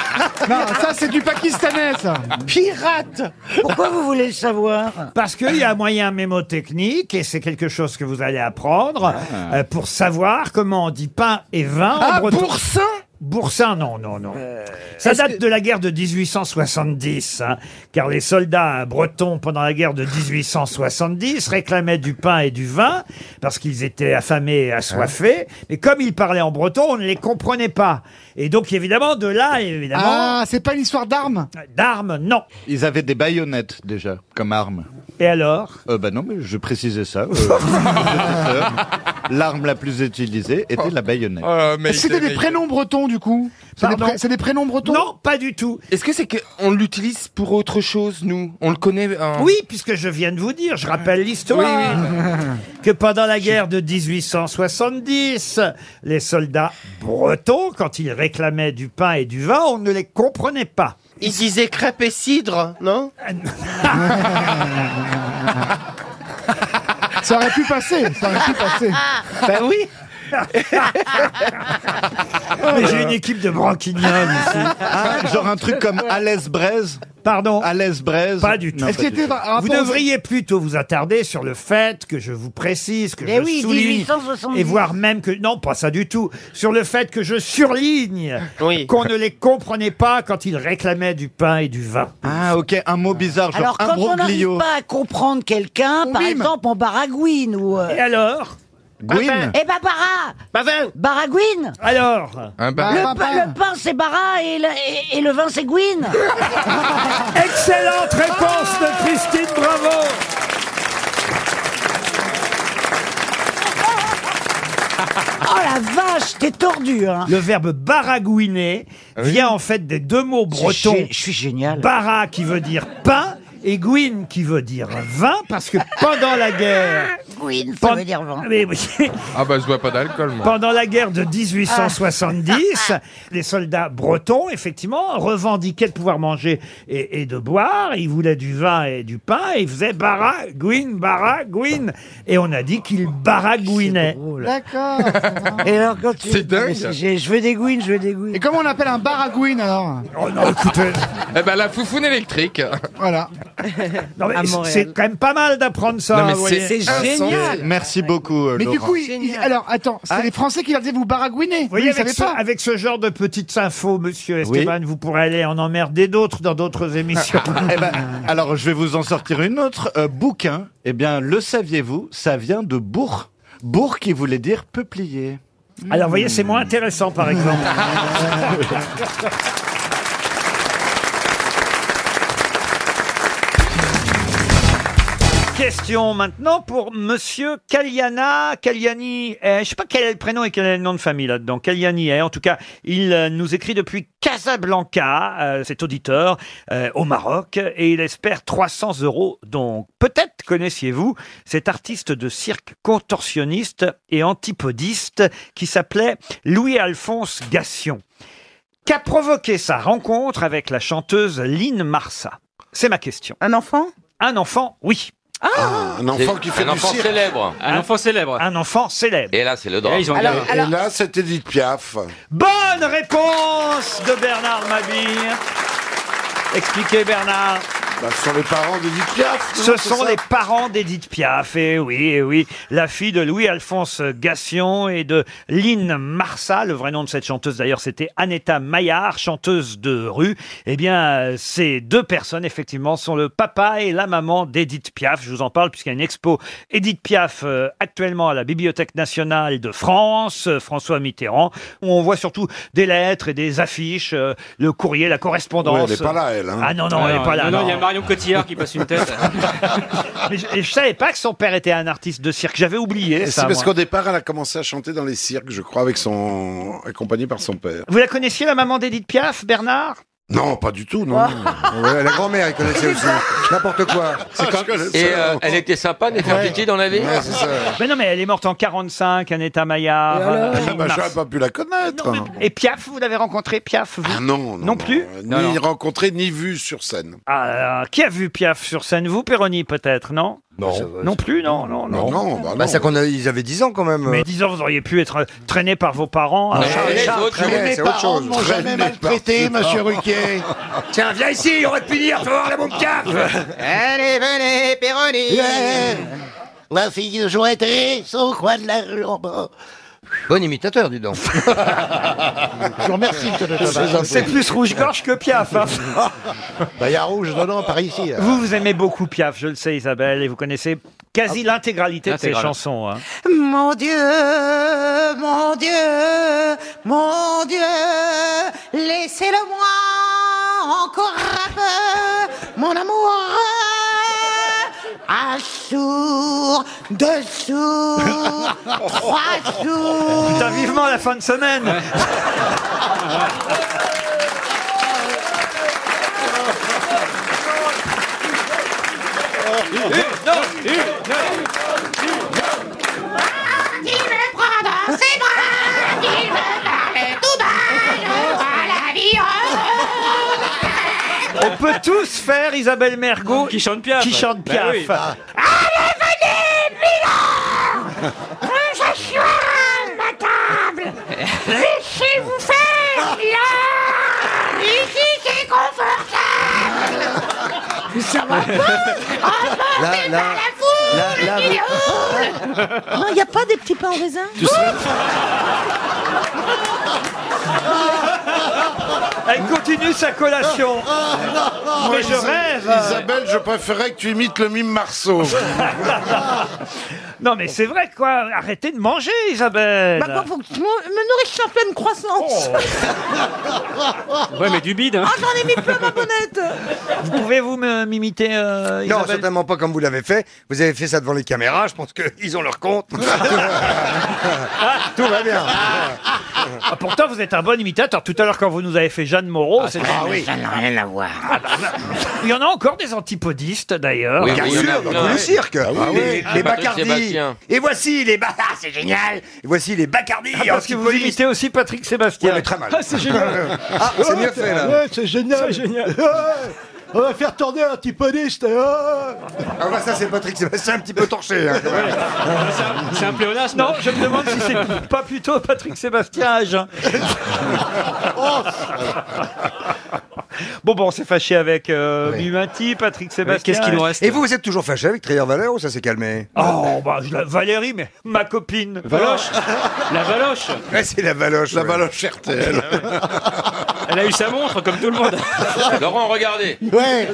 S7: Non, ça c'est du pakistanais ça.
S5: Pirate Pourquoi vous voulez le savoir
S1: Parce qu'il y a un moyen mémotechnique, et c'est quelque chose que vous allez apprendre,
S5: Ah.
S1: euh, pour savoir comment on dit pain et vin en
S20: Ah,
S1: breton.
S20: Boursin
S1: Boursin, non, non, non.
S5: Euh,
S1: Ça date de la guerre de 1870, hein, car les soldats bretons pendant la guerre de 1870 réclamaient du pain et du vin parce qu'ils étaient affamés et assoiffés.
S7: Hein
S1: Mais comme ils parlaient en breton, on ne les comprenait pas. Et donc évidemment, de là, évidemment,
S7: Ah, c'est pas une histoire d'armes
S1: d'armes, non.
S19: Ils avaient des baïonnettes déjà comme arme.
S1: Et alors
S22: ben
S19: Euh, bah non, mais je précisais ça. euh.
S22: L'arme la plus utilisée était la baïonnette.
S9: Oh,
S7: C'était des prénoms bretons du coup. C'est des,
S22: Pardon
S7: pré- c'est des prénoms bretons.
S1: Non, pas du tout.
S9: Est-ce que c'est qu'on l'utilise pour autre chose, nous On le connaît euh, en-
S1: Oui, puisque je viens de vous dire, je rappelle l'histoire, que pendant la guerre de 1870, les soldats bretons, quand ils réclamaient du pain et du vin, on ne les comprenait pas.
S9: Ils disaient crêpe et cidre, non
S7: Ça aurait pu passer. Ça aurait pu passer.
S9: Ben oui.
S1: Mais j'ai une équipe de branquignoles ici.
S22: genre un truc comme Alès-Braise
S1: Pardon
S22: Alès-Braise
S1: Pas du tout.
S22: Non, pas du tout.
S7: Ah,
S1: Vous devriez plutôt vous attarder sur le fait que je vous précise, que
S5: Mais
S1: je
S5: oui,
S1: souligne,
S5: 1870.
S1: et voire même que non, pas ça du tout, sur le fait que je surligne
S9: Oui.
S1: qu'on ne les comprenait pas quand ils réclamaient du pain et du vin.
S22: Ah ok, un mot bizarre, genre
S5: Alors, quand on n'arrive
S22: imbroglio.
S5: pas à comprendre quelqu'un, par exemple en baragouine ou. euh,
S1: Et alors
S22: Gwyn
S5: Eh bah, bara
S9: Bavin
S5: Baragouine
S1: Alors
S9: Un
S5: le, pa- le pain c'est bara et le, et- et le vin c'est Gwyn
S1: Excellente réponse de Christine Bravo
S5: Oh la vache, t'es tordu hein.
S1: Le verbe baragouiner
S22: Ah
S1: vient en fait des deux mots bretons.
S5: Je suis génial.
S1: Bara qui veut dire pain et Gwyn qui veut dire vin parce que pendant la guerre.
S5: Gwyn, ça
S1: Pen-
S5: veut dire vent.
S1: Mais oui.
S9: Ah bah je bois pas d'alcool, moi.
S1: Pendant la guerre de 1870, les soldats bretons, effectivement, revendiquaient de pouvoir manger et, et de boire. Ils voulaient du vin et du pain. Et ils faisaient baragouine, baragouine. Et on a dit qu'ils baragouinaient.
S7: D'accord.
S5: Et alors quand tu.
S9: C'est dingue.
S5: Mais c'est- j'ai- Je veux des Gwyn, je veux des Gwyn.
S7: Et comment on appelle un baragouine alors
S1: Oh non, écoutez.
S9: Eh ben la foufoune électrique.
S7: Voilà.
S1: Non, mais
S9: À
S1: c'est-
S9: Montréal.
S1: c'est quand même pas mal d'apprendre ça.
S9: Non, mais
S1: vous voyez.
S9: c'est- c'est
S22: Génial. Merci beaucoup, euh,
S7: Mais du
S22: Laurent.
S7: coup, il- il- alors attends,
S5: Ah.
S7: c'est les Français qui leur disaient vous baragouinez.
S1: Vous voyez,
S7: Vous savez
S1: avec ce,
S7: pas.
S1: avec ce genre de petites infos, monsieur Esteban, vous pourrez aller en emmerder d'autres dans d'autres émissions.
S10: Ah,
S22: Eh ben, alors, je vais vous en sortir une autre. Euh, bouquin, eh bien, le saviez-vous, ça vient de bourg. Bourg qui voulait dire peuplier.
S1: Alors, vous voyez, c'est moins intéressant, par exemple. Question maintenant pour monsieur Kalyana, Kalyani, euh, je sais pas quel est le prénom et quel est le nom de famille là-dedans, Kalyani est, en tout cas, il euh, nous écrit depuis Casablanca, euh, cet auditeur, euh, au Maroc, et il espère 300 euros, donc peut-être connaissiez-vous cet artiste de cirque contorsionniste et antipodiste qui s'appelait Louis-Alphonse Gassion. Qu'a provoqué sa rencontre avec la chanteuse Lynn Marsa C'est ma question.
S5: Un enfant Ah
S1: Un enfant, oui.
S18: Ah, Un enfant qui fait
S24: un
S18: du
S24: enfant
S18: cirque.
S24: célèbre.
S6: Un enfant célèbre.
S1: Un enfant célèbre.
S24: Et là, c'est le drame.
S18: Et là, c'était Edith Piaf.
S1: Bonne réponse de Bernard Mabille. Expliquez Bernard.
S18: Bah, ce sont les parents d'Edith Piaf. non,
S1: Ce
S18: c'est
S1: sont
S18: ça
S1: les parents d'Edith Piaf, et oui, et oui, la fille de Louis-Alphonse Gassion et de Lynn Marsa, le vrai nom de cette chanteuse d'ailleurs, c'était Aneta Maillard, chanteuse de rue. Eh bien, euh, ces deux personnes, effectivement, sont le papa et la maman d'Edith Piaf. Je vous en parle puisqu'il y a une expo Edith Piaf euh, actuellement à la Bibliothèque nationale de France, euh, François Mitterrand, où on voit surtout des lettres et des affiches, euh, le courrier, la correspondance.
S18: Ouais, elle est pas là, elle, hein.
S1: Ah non, non, elle n'est pas là.
S6: Non, non,
S1: non.
S6: il y a Marion Cotillard qui passe une tête.
S1: Mais je, et je savais pas que son père était un artiste de cirque. J'avais oublié
S18: Et C'est
S1: ça.
S18: parce
S1: moi.
S18: qu'au départ, elle a commencé à chanter dans les cirques, je crois, avec son accompagnée par son père.
S1: Vous la connaissiez, la maman d'Edith Piaf, Bernard
S18: Non, pas du tout, non. Ouais, la grand-mère, elle connaissait aussi. N'importe quoi. C'est comme...
S24: Et euh, elle était sympa, Néfertiti dans la vie
S18: c'est ça.
S1: Mais non, mais elle est morte en 45, Aneta Maillard. euh,
S18: Ah, bah,
S1: Mars.
S18: j'aurais pas pu la connaître.
S1: Et Piaf, vous l'avez rencontrée, Piaf vous
S18: Ah non, non,
S1: Non plus
S18: euh,
S1: Non,
S18: Ni
S1: non.
S18: rencontré, ni vu sur scène.
S1: Ah, là, là. qui a vu Piaf sur scène Vous, Péroni, peut-être, non
S18: Non.
S1: Non plus, non, non, non.
S18: Non, non, bah non.
S24: Bah, ça
S18: connaît.
S24: Ils avaient 10 ans quand même.
S1: Mais disons, vous auriez pu être euh, traîné par vos parents. euh, à-
S24: les
S8: Charles,
S24: autres,
S8: Mais
S24: ouais,
S8: mes
S24: c'est autre
S8: parents
S24: chose.
S8: ne m'ont jamais maltraité, monsieur Ruquier.
S24: Tiens, viens ici, on va te punir, tu vas voir la bombe cave.
S8: Allez, venez, Péroni La fille du jointrice au coin de la rue en bas.
S24: Bon imitateur, dis donc.
S8: Je vous remercie, monsieur le tabac.
S1: C'est plus rouge-gorge que Piaf. hein.
S8: Bah, y a rouge, non, non, par ici. là.
S1: vous, vous aimez beaucoup Piaf, je le sais, Isabelle, et vous connaissez quasi l'intégralité de ses
S24: Ah, L'intégrale.
S1: chansons. hein.
S5: Mon Dieu, mon Dieu, mon Dieu, laissez-le-moi encore un peu, mon amour. Un jour,
S6: Deux jours, trois jours. Putain, vivement la fin de semaine.
S15: Qui me prend dans ses bras Qui me parle tout bas Je vois la vie heureuse
S6: On peut tous faire Isabelle Mergot qui chante Piaf. Qui chante
S15: Bah
S6: Piaf.
S15: oui. Allez, venez, Milan Je suis à la table Laissez-vous faire, Milan Ici, c'est confortable Ça va
S5: Ah,
S15: pas
S5: Là,
S15: Emportez
S5: là,
S15: par la foule
S5: là, là,
S15: qui
S5: vous-
S15: roule
S5: Non, il n'y Ah, a pas des petits pains en raisin
S6: Elle continue sa collation.
S8: Ah,
S6: Mais je
S26: Isa-
S6: rêve.
S26: Isabelle, je préférais que tu imites le mime Marceau.
S6: Non, mais c'est vrai, quoi. Arrêtez de manger, Isabelle.
S5: Bah quoi, faut que je me me nourrisse sur pleine croissance
S1: Oh.
S6: Ouais, mais du
S1: hein.
S6: bide. hein.
S5: Ah, j'en ai mis plein ma bonnette
S6: Vous pouvez vous me- m'imiter, euh,
S10: Non,
S6: Isabelle
S10: certainement pas comme vous l'avez fait. Vous avez fait ça devant les caméras, je pense qu'ils ont leur compte. Tout va bien.
S6: Ah, Pourtant, vous êtes un bon imitateur. Tout à l'heure, quand vous nous avez fait Jeanne Moreau, c'était-
S2: Ah,
S6: Ah,
S2: Ça n'a rien à voir.
S6: bah, Il y en a encore des antipodistes, d'ailleurs.
S2: Oui, Bien oui, il y en sûr, a, dans il y en tous a, les oui. cirques. Ah oui,
S10: Ah oui,
S2: les-
S10: les
S2: les Patrick
S10: Bacardi.
S2: Sébastien.
S10: Et voici les ba- Ah, c'est génial. Et voici les Bacardi.
S6: Ah, parce que vous
S10: antipolis.
S6: imitez aussi Patrick Sébastien.
S10: Ouais, mais très mal.
S27: Ah, c'est génial.
S10: Ah, c'est mieux fait, là.
S27: Ouais, c'est génial, génial. On va faire tourner un petit podiste.
S10: Ah bah ça c'est Patrick Sébastien un petit peu torché. hein, quand même.
S6: C'est un pléonasme. Non, je me demande si c'est pas plutôt Patrick Sébastien à Agen. Bon, bon, on s'est fâché avec euh, Mimati, Patrick Sébastien.
S10: Et vous, vous êtes toujours fâché avec Trier Valère ou ça s'est calmé
S6: Oh, bah, je la- Valérie, mais ma copine. Ah.
S10: Valoche.
S6: La Valoche.
S10: Ouais, c'est la valoche. La valoche RTL.
S28: Elle a eu sa montre, comme tout le monde.
S2: Laurent, regardez.
S5: Ouais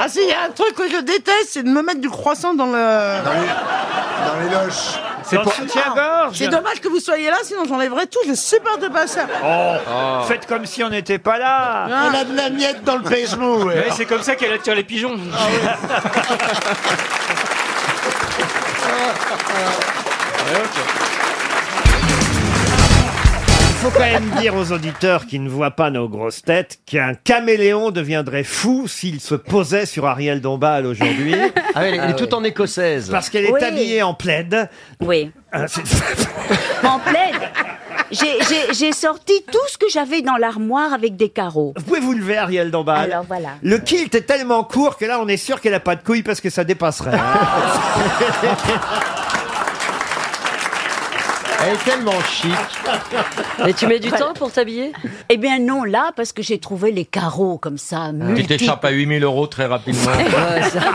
S5: Ah si, il y a un truc que je déteste, c'est de me mettre du croissant dans le...
S10: Dans les, dans les loches.
S6: C'est pour- soutien-gorge.
S5: C'est dommage que vous soyez là, sinon j'enlèverais tout, je supporte pas ça
S6: Oh,
S2: Oh.
S6: faites comme si on n'était pas là.
S5: Ah. Elle
S6: a de la miette dans le pêche-mou.
S2: Ouais, c'est
S6: comme ça qu'elle attire les pigeons.
S10: Ah
S1: Il faut quand même dire aux auditeurs qui ne voient pas nos grosses têtes qu'un caméléon deviendrait fou s'il se posait sur Ariel Dombal aujourd'hui.
S29: Ah oui, elle est- elle est toute
S1: en écossaise. Parce qu'elle est
S30: Oui.
S1: habillée en plaid.
S30: Oui.
S1: Ah, c'est-
S30: En plaid. J'ai- J'ai j'ai sorti tout ce que j'avais dans l'armoire avec des carreaux.
S1: Vous pouvez vous lever, Ariel Dombal.
S30: Alors voilà.
S1: Le kilt est tellement court que là, on est sûr qu'elle n'a pas de couilles parce que ça dépasserait. hein.
S29: Elle est tellement chic.
S30: Mais tu mets du temps pour t'habiller Eh bien non, là, parce que j'ai trouvé les carreaux comme ça,
S1: Petite
S30: multiples.
S1: écharpe
S2: à 8000 euros très rapidement.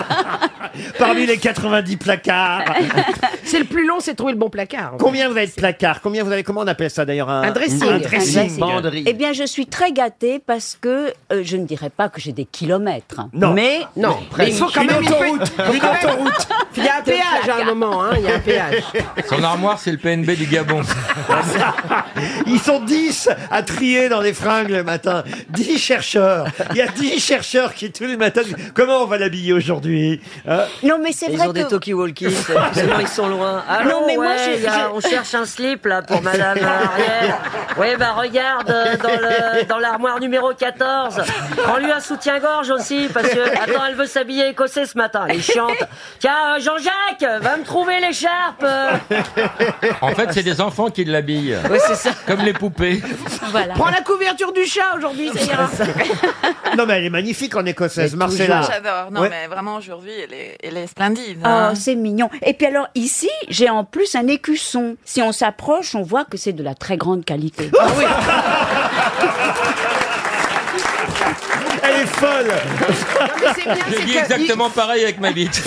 S1: Parmi les 90 placards.
S15: C'est le plus long, c'est de trouver le bon placard. hein.
S1: Combien vous avez de placards Combien vous avez Comment on appelle ça d'ailleurs un,
S30: Un dressing.
S1: Ah, Un dressing.
S30: Eh bien, je suis très gâtée parce que euh, je ne dirais pas que j'ai des kilomètres. hein.
S1: Non.
S30: Mais
S15: Non,
S30: mais
S15: il faut quand même Une autoroute. Il y a un péage à un moment, hein, il y a un péage.
S2: Son armoire, c'est le PNB du Gabon.
S1: Ah, Ils sont 10 à trier dans les fringues le matin. 10 chercheurs. Il y a 10 chercheurs qui tous les matins disent comment on va l'habiller aujourd'hui Hein
S30: Non, mais c'est
S1: Ils
S30: vrai
S1: ont des
S30: que-
S1: talkie-walkies,
S30: seulement ils
S18: sont loin.
S30: Allô, Non, mais moi, ouais, je- y a- je- on
S18: on cherche un slip là pour Madame euh, Ariel. Ouais, bah regarde euh, dans le- dans l'armoire numéro 14. Prends-lui un soutien-gorge aussi parce que attends, elle veut s'habiller écossais ce matin. Elle est chiante. Tiens, euh, Jean-Jacques, va me trouver l'écharpe. euh.
S2: En fait, c'est des enfants qui l'habillent.
S18: Ouais, c'est ça.
S2: Comme les poupées.
S15: Prends la couverture du chat aujourd'hui, ça ira.
S1: Non, mais elle est magnifique en écossaise, Marcella.
S18: Ah, J'adore. Non,
S1: Ouais.
S18: mais vraiment, aujourd'hui, elle est, elle est splendide.
S30: Oh, c'est mignon. Et puis alors, ici, j'ai en plus un écusson. Si on s'approche, on voit que c'est de la très grande qualité.
S1: Ah Elle est folle.
S2: J'ai dit exactement pareil avec ma bite.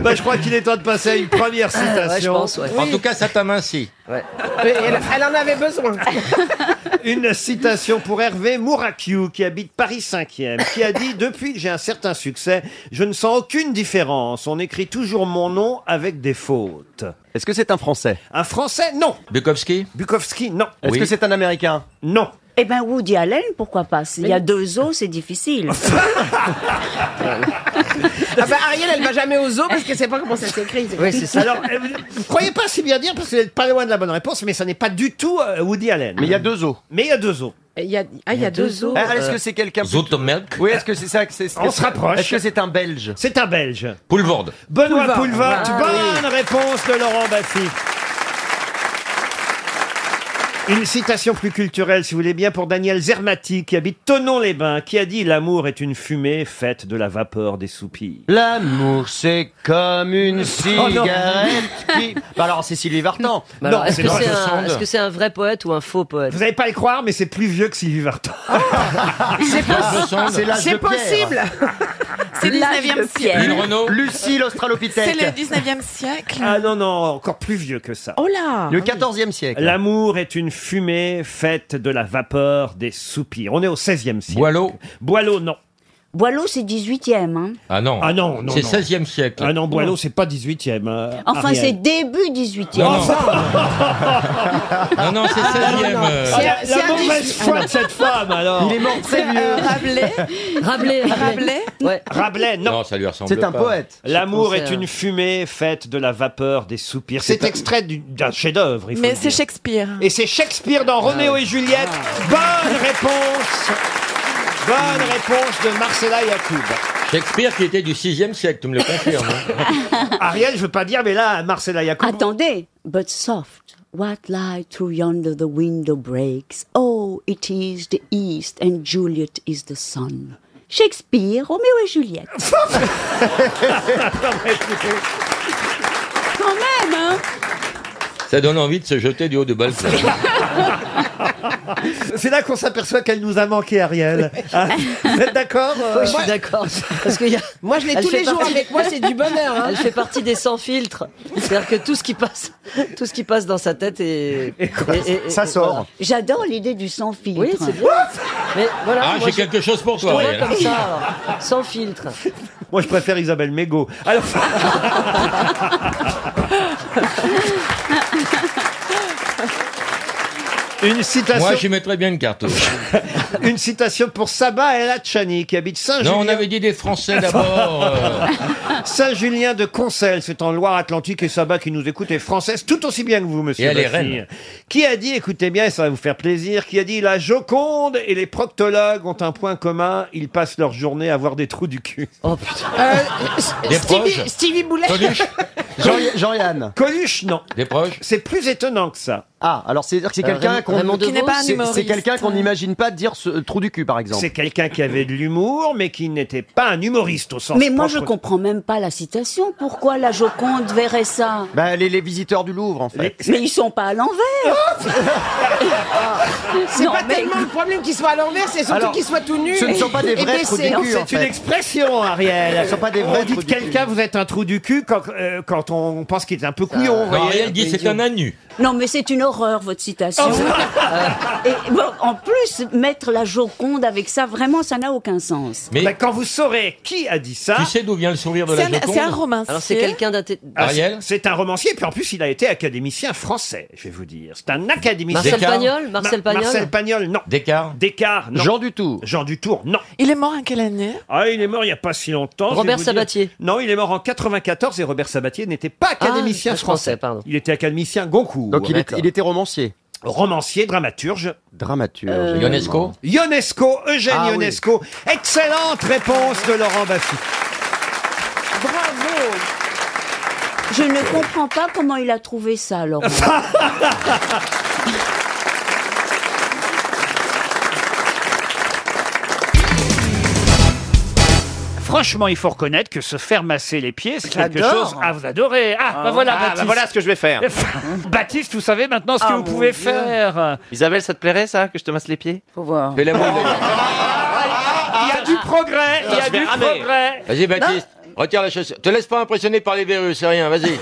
S1: Bah, je crois qu'il est temps de passer à une première
S2: Ouais,
S1: citation.
S2: je pense, ouais. En tout cas, ça t'amincit.
S15: Mais elle, elle en avait besoin.
S1: Une citation pour Hervé Mourakiou, qui habite Paris 5e, qui a dit Depuis que j'ai un certain succès, je ne sens aucune différence. On écrit toujours mon nom avec des fautes.
S29: Est-ce que c'est un Français
S1: Un Français, non.
S2: Bukowski
S1: Bukowski, non.
S29: Est-ce que c'est un Américain
S1: Non.
S30: Eh ben Woody Allen, pourquoi pas S'il y a deux os, c'est difficile. ben,
S14: Ah bah Ariel, elle va jamais aux eaux parce qu'elle sait pas comment ça s'écrit.
S1: Oui, c'est ça. Alors, euh, vous ne croyez pas si bien dire parce que vous n'êtes pas loin de la bonne réponse, mais ça n'est pas du tout euh, Woody Allen. Mais il y a deux os. Mais il y a deux os.
S14: Il y a, ah, il y a deux os.
S10: Ah, Est-ce que c'est quelqu'un Zotomelk Oui, est-ce que c'est ça que c'est
S1: On se rapproche.
S10: Est-ce que c'est un Belge
S1: C'est un Belge.
S10: Poulvorde.
S1: Benoît
S10: Poulvorde.
S1: Poulvorde,
S10: Ah,
S1: bonne réponse de Laurent Baffy. Une citation plus culturelle, si vous voulez bien, pour Daniel Zermati, qui habite Tonon-les-Bains, qui a dit « L'amour est une fumée faite de la vapeur des soupirs ».
S10: L'amour, c'est comme
S1: Oh
S10: une
S1: non.
S10: cigarette qui... Bah alors, c'est Sylvie Vartan.
S1: Bah alors, Non, est-ce c'est que Laurent c'est un- Sand.
S18: Est-ce que c'est un vrai poète ou un faux poète
S1: Vous n'allez pas le croire, mais c'est plus vieux que Sylvie Vartan. Ah,
S14: C'est possi-
S10: C'est l'âge de
S14: C'est possible. C'est le 19e siècle.
S10: Lucille
S14: C'est
S10: Australopithèque.
S14: le 19e siècle.
S1: Ah non, non, encore plus vieux que ça.
S14: Oh là
S10: Le 14e siècle.
S1: L'amour est une fumée faite de la vapeur des soupirs. On est au 16e siècle. Boileau Boileau, non.
S30: Boileau, c'est 18e. Hein.
S1: Ah non. Ah non, non.
S2: C'est
S1: 16e siècle. Ah non, Boileau, c'est pas 18e. euh,
S30: Enfin,
S1: Ariel.
S30: c'est début 18e.
S1: Non, non.
S2: Non, non, c'est 16e. euh,
S30: C'est-
S1: Ah, La-
S30: c'est
S1: La
S30: un
S1: mauvaise
S30: dix-
S1: foi
S30: ah,
S1: de cette femme, alors.
S10: Il est mort très vieux.
S5: Euh,
S14: Rabelais.
S18: Rabelais.
S14: Rabelais.
S18: Ouais.
S1: Rabelais, non.
S2: Non, ça lui ressemble
S1: C'est un
S2: pas.
S1: poète. L'amour
S2: Je pensais
S1: est
S2: à-
S1: une fumée faite de la vapeur des soupirs. C'est extrait du- d'un chef-d'œuvre. il faut
S14: Mais
S1: le
S14: c'est
S1: dire.
S14: Shakespeare.
S1: Et c'est Shakespeare dans Roméo et Juliette. Bonne réponse. Bonne réponse de Marcella Yacoub.
S2: Shakespeare qui était du 6e siècle, tu me le confirmes. hein.
S1: Ariel, je veux pas dire, mais là, Marcella Yacoub.
S30: Attendez. But soft. What light through yonder the window breaks? Oh, it is the east and Juliet is the sun. Shakespeare, Roméo et Juliette. Quand même, hein
S2: Ça donne envie de se jeter du haut de balcon.
S1: C'est là qu'on s'aperçoit qu'elle nous a manqué, Ariel. Ah, vous êtes d'accord euh,
S18: Oui, je suis d'accord. Parce que y a-
S14: Moi, je l'ai
S18: Elle
S14: tous
S18: fait
S14: les jours
S18: partie-
S14: avec moi, c'est du bonheur. hein.
S18: Elle fait partie des sans filtres. C'est-à-dire que tout ce qui passe, tout ce qui passe dans sa tête est,
S30: Ça
S18: sort.
S30: J'adore l'idée du sans filtre.
S18: Oui, c'est bien. Mais voilà,
S2: Ah,
S18: moi,
S2: j'ai
S18: je-
S2: quelque chose pour
S18: je
S2: toi,
S18: te vois
S2: Ariel.
S18: comme ça, alors. sans filtre.
S1: Moi, je préfère Isabelle Mégot. Alors. Une citation.
S2: Moi, j'y mettrais bien une cartouche.
S1: Une citation pour Sabah El Hatchani qui habite Saint-Julien.
S2: Non, on avait dit des Français d'abord. euh.
S1: Saint-Julien de Concelles, c'est en Loire-Atlantique et Sabah qui nous écoute est française tout aussi bien que vous, monsieur.
S2: Et elle est
S1: Baffi.
S2: reine.
S1: Qui a dit, écoutez bien, et ça va vous faire plaisir, qui a dit la Joconde et les proctologues ont un point commun, ils passent leur journée à avoir des trous du cul.
S18: Oh putain.
S1: Euh, Des proches
S14: Stevie, Stevie Boulet.
S1: Coluche.
S10: Jean-Yann.
S1: Coluche, non.
S2: Des proches
S1: C'est plus étonnant que ça.
S10: Ah, alors c'est dire que c'est
S1: Euh,
S10: quelqu'un
S1: Raymond-
S10: qu'on
S1: Raymond Qui n'est pas un
S10: c'est- C'est
S1: humoriste.
S10: quelqu'un qu'on n'imagine pas dire ce euh, trou du cul, par exemple.
S1: C'est quelqu'un qui avait de l'humour, mais qui n'était pas un humoriste au sens
S30: Mais moi, je
S1: propre.
S30: comprends même pas la citation. Pourquoi la Joconde verrait ça
S10: Bah, les, les visiteurs du Louvre, en fait.
S30: Mais ils sont pas à l'envers.
S14: C'est
S30: Non,
S14: pas
S30: mais-
S14: tellement le problème qu'ils soient à l'envers, c'est surtout
S10: Alors,
S14: qu'ils soient tout nus.
S10: ce ne sont pas des
S14: et
S10: vrais trous
S14: baissés.
S10: du
S1: Non,
S10: cul, en
S1: C'est une
S10: fait.
S1: expression, Ariel.
S10: Ce sont pas des vrais
S1: on dit
S10: trous
S1: de
S10: du
S1: quelqu'un, vous êtes un trou du cul quand, euh, quand on pense qu'il est un peu couillon. vous
S2: Non,
S1: voyez.
S2: Ariel dit c'est un anu.
S30: Non, mais c'est une horreur, votre citation. Euh, Et bon, en plus, mettre la Joconde avec ça, vraiment, ça n'a aucun sens.
S2: Mais
S1: Bah, quand vous saurez qui a dit ça.
S2: tu sais d'où vient le sourire de
S30: C'est
S2: la
S30: un-
S2: Joconde
S30: c'est un romancier.
S18: Alors c'est quelqu'un d'inté-
S1: Ah,
S2: Ariel
S1: c'est- C'est un romancier, puis en plus il a été académicien français, je vais vous dire. C'est un académicien.
S18: Marcel
S2: Descartes.
S18: Pagnol Marcel
S1: Ma-
S18: Pagnol
S1: Marcel Pagnol, non.
S2: Descartes
S1: Descartes, non.
S10: Jean Dutour.
S1: Jean Dutour, non.
S14: Il est mort en quelle année
S1: Ah, il est mort il n'y a pas si longtemps. je vais
S18: Robert
S1: vous dire.
S18: Sabatier.
S1: Non, il est mort en 94 et Robert Sabatier n'était pas académicien
S18: Ah,
S1: français.
S18: français, pardon.
S1: Il était académicien Goncourt.
S10: Donc il, est-
S1: D'accord.
S10: il était romancier.
S1: romancier, dramaturge.
S10: Dramaturge.
S2: Euh, Ionesco
S1: Ionesco, Eugène
S10: Ah oui.
S1: Ionesco. Excellente réponse de Laurent Baffy.
S30: Bravo Je ne comprends pas comment il a trouvé ça, Laurent.
S15: Franchement, il faut reconnaître que se faire masser les pieds, c'est quelque
S1: J'adore.
S15: chose. Ah, vous adorez. Ah, bah
S1: ouais.
S15: voilà,
S1: Ah, bah
S15: Baptiste.
S1: voilà ce que je vais faire.
S15: Baptiste, vous savez maintenant ce que vous pouvez faire.
S6: Isabelle, ça te plairait ça que je te masse les pieds Faut voir. Fais l'amour d'ailleurs.
S15: Il y a du progrès, il y a
S6: Je vais
S15: du
S10: Ah,
S6: ramer.
S15: progrès.
S6: Vas-y Baptiste, retire la chaussure. Te laisse pas impressionner par les verrues, c'est rien, vas-y.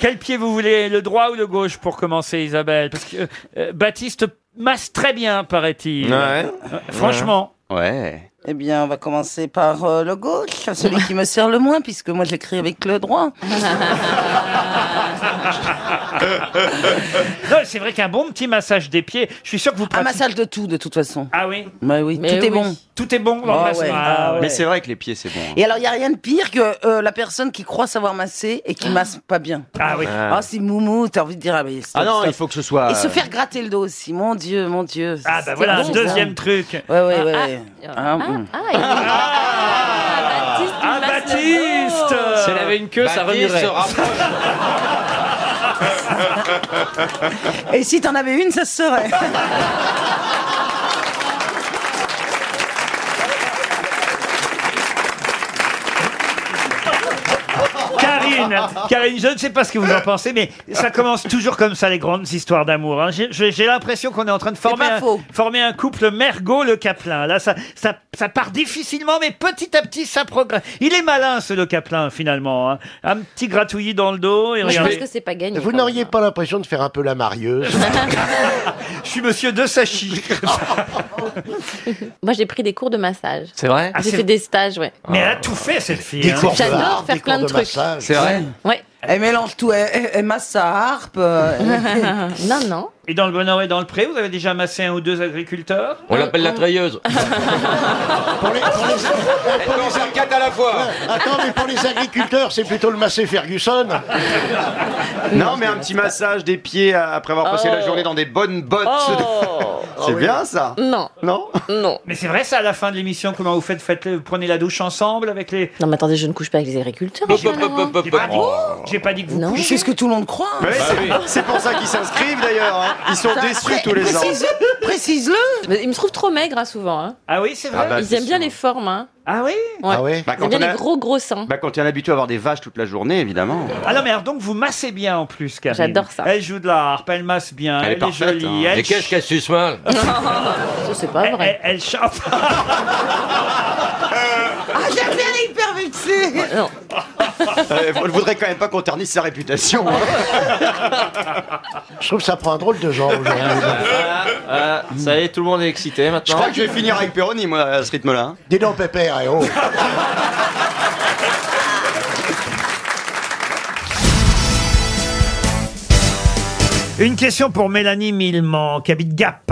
S15: Quel pied vous voulez, le droit ou le gauche pour commencer, Isabelle Parce que euh, Baptiste masse très bien, paraît-il. Euh, Franchement.
S6: Ouais.
S5: Eh bien, on va commencer par euh, le gauche, celui qui me sert le moins, puisque moi j'écris avec le droit.
S1: Non, c'est vrai qu'un bon petit massage des pieds, je suis sûr que vous pratiquez. Un massage
S5: de tout, de toute façon.
S1: Ah oui
S5: Bah oui, tout est bon.
S1: Tout est bon dans
S5: Ah
S1: le massage.
S5: ouais, ah ouais.
S10: Mais c'est vrai que les pieds, c'est bon. hein.
S5: Et alors, il n'y a rien de pire que euh, la personne qui croit savoir masser et qui masse pas bien.
S10: Ah oui.
S5: Ah, c'est moumou, t'as envie de dire. Ah, mais stop,
S10: Ah non,
S5: stop.
S10: il faut que ce soit.
S5: Et se
S10: euh,
S5: faire gratter le dos aussi, mon Dieu, mon Dieu.
S1: Ah bah voilà, un deuxième truc. Ouais,
S5: ouais, ouais. ouais. Ah, hum.
S1: Ah, Baptiste
S11: Si elle avait une queue, ça
S4: Baptiste
S11: remuerait.
S4: se
S5: Et si t'en avais une, ça se serait.
S1: Karine, Karine, je ne sais pas ce que vous en pensez, mais ça commence toujours comme ça, les grandes histoires d'amour. hein. J'ai- J'ai j'ai l'impression qu'on est en train de former,
S5: pas
S1: un,
S5: faux.
S1: former un couple Mergot-Le Caplin. Là, ça, ça, ça part difficilement, mais petit à petit, ça progresse. Il est malin, ce Le Caplin, finalement. hein. Un petit gratouillis dans le dos. Et
S12: Moi, je
S1: regardez.
S12: pense que c'est pas gagné.
S20: Vous
S12: quand
S20: n'auriez pas l'impression de faire un peu la marieuse
S1: Je suis monsieur De Sachy.
S12: même. Moi, j'ai pris des cours de massage.
S1: C'est vrai Ah,
S12: J'ai
S1: c'est-
S12: fait des stages, ouais.
S1: Mais elle a tout fait, cette fille. hein.
S12: J'adore faire plein de, trucs. Ouais.
S5: Elle Eh, mélange tout, eh, elle, elle- elle masse sa harpe. euh,
S12: non, non.
S1: Et dans le Bonheur et dans le Pré, vous avez déjà amassé un ou deux agriculteurs
S4: On l'appelle
S12: Euh,
S4: la treilleuse.
S20: Elle peut en faire quatre à la fois Attends, mais pour les agriculteurs, c'est plutôt le Massé Ferguson
S10: Non, mais un petit massage des pieds euh, après avoir passé
S20: Oh.
S10: la journée dans des bonnes bottes. c'est bien ça.
S12: Non.
S10: Non
S12: Non.
S1: Mais c'est vrai ça, à la fin de l'émission, comment vous faites, faites Vous prenez la douche ensemble avec les...
S12: Non, mais attendez, je ne couche pas avec les agriculteurs.
S1: Hop,
S12: je suis hein.
S1: hop, hop,
S12: Laurent.
S1: hop, hop, hop. J'ai pas dit que vous
S12: Non.
S1: couchiez.
S5: C'est ce que tout le monde croit. hein.
S10: Ouais, c'est- C'est pour ça qu'ils s'inscrivent d'ailleurs. hein. Ils sont
S12: Ça,
S10: déçus
S12: pré-
S10: tous les ans.
S12: précise-le, Précise-le. Mais Ils me trouvent trop maigre hein, souvent. hein.
S1: Ah oui, c'est
S10: vrai. Ah bah,
S12: Ils
S10: c'est
S12: aiment bien les formes. hein.
S1: Ah oui
S12: Ouais.
S10: Bah,
S12: Ils aiment bien
S10: on
S12: les
S10: a-
S12: gros gros seins.
S10: Bah, quand on est habitué à avoir des vaches toute la journée, évidemment.
S1: Ah non, mais alors donc vous massez bien en plus, Karine.
S12: J'adore ça.
S1: Elle joue de la harpe, elle masse bien, elle,
S4: Elle est parfaite.
S1: jolie,
S4: hein.
S1: elle
S4: Mais qu'est-ce qu'elle suce mal
S12: Ça, c'est pas vrai.
S1: Elle, elle chante.
S5: Ah, j'aime bien les hyper vexés.
S12: Non.
S10: Euh, on ne voudrait quand même pas qu'on ternisse sa réputation. hein.
S20: Je trouve que ça prend un drôle de genre aujourd'hui.
S11: Ah, ça y est, tout le monde est excité maintenant.
S10: Je crois que je vais finir avec Peroni, moi, à ce rythme-là. hein.
S20: Dis donc, Pépère, eh oh
S1: Une question pour Mélanie Milman, qui habite Gap.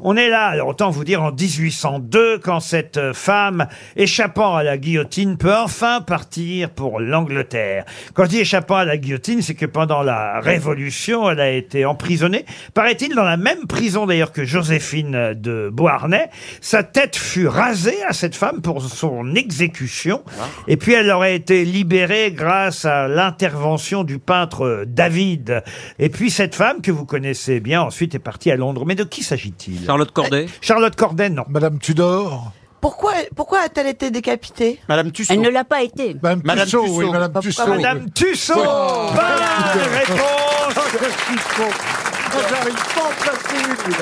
S1: On est là, alors autant vous dire, en 1802, quand cette euh, femme, échappant à la guillotine, peut enfin partir pour l'Angleterre. Quand je dis échappant à la guillotine, c'est que pendant la Révolution, elle a été emprisonnée, paraît-il, dans la même prison d'ailleurs que Joséphine de Beauharnais. Sa tête fut rasée à cette femme pour son exécution. Hein Et puis elle aurait été libérée grâce à l'intervention du peintre David. Et puis cette femme que vous connaissez bien ensuite est partie à Londres. Mais de qui s'agit-il Charlotte Corday Charlotte Corday, non. Madame Tudor
S23: Pourquoi, pourquoi a-t-elle été décapitée
S10: Madame Tussaud. Elle ne
S23: l'a pas été. Madame
S10: Madame Tussaud, Tussaud. oui, Madame
S23: Tussaud.
S1: Madame Tussaud
S23: Oui.
S1: Bonne réponse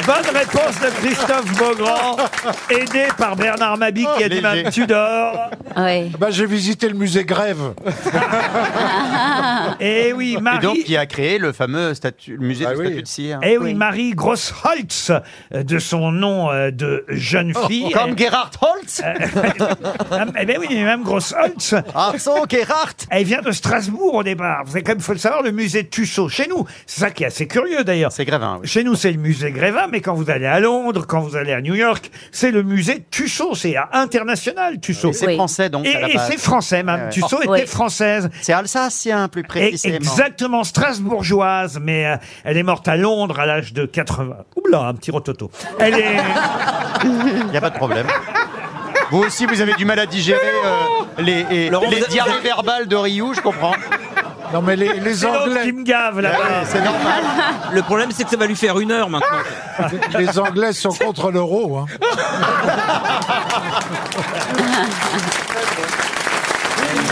S1: Bonne réponse de Christophe Beaugrand, aidé par Bernard Mabi qui a dit
S23: Léger.
S1: Madame Tudor.
S23: Bah, j'ai visité le musée Grève.
S1: Et Eh oui, Marie.
S10: Et donc, qui a créé le fameux statut, le musée de statue de cire.
S1: Eh oui, Marie Grossholtz, euh, de son nom euh, de jeune fille.
S10: Comme
S1: Elle-
S10: Gerhard Holtz
S1: Ah, Eh bien oui, mais même Grossholtz.
S10: Arson Gerhard
S1: Elle vient de Strasbourg au départ. Vous savez, quand même, faut le savoir, le musée Tussaud, chez nous, c'est ça qui est assez curieux d'ailleurs. C'est
S10: Grévin,
S1: Chez nous, c'est le musée Grévin, mais quand vous allez à Londres, quand vous allez à New York, c'est le musée Tussaud, c'est à international Tussaud.
S10: Et c'est Oui. français, donc,
S1: Et,
S10: à la
S1: et
S10: base.
S1: c'est français, même.
S10: Ouais, ouais.
S1: Tussaud
S10: Oh,
S1: était
S10: oui.
S1: française.
S10: C'est alsacien, plus
S1: Et
S10: précisément.
S1: exactement strasbourgeoise, mais euh, elle est morte à Londres à l'âge de 80. Oula, un petit rototo. Elle est.
S10: Il n'y a pas de problème. Vous aussi, vous avez du mal à digérer euh, les, et-
S1: Laurent,
S10: les
S1: vous-
S10: diarrhées verbales de Ryu, je comprends. Non, mais les,
S1: C'est l'autre qui me gave là.
S10: c'est normal.
S14: Le problème, c'est que ça va lui faire une heure maintenant.
S23: Les Anglais sont contre l'euro. hein.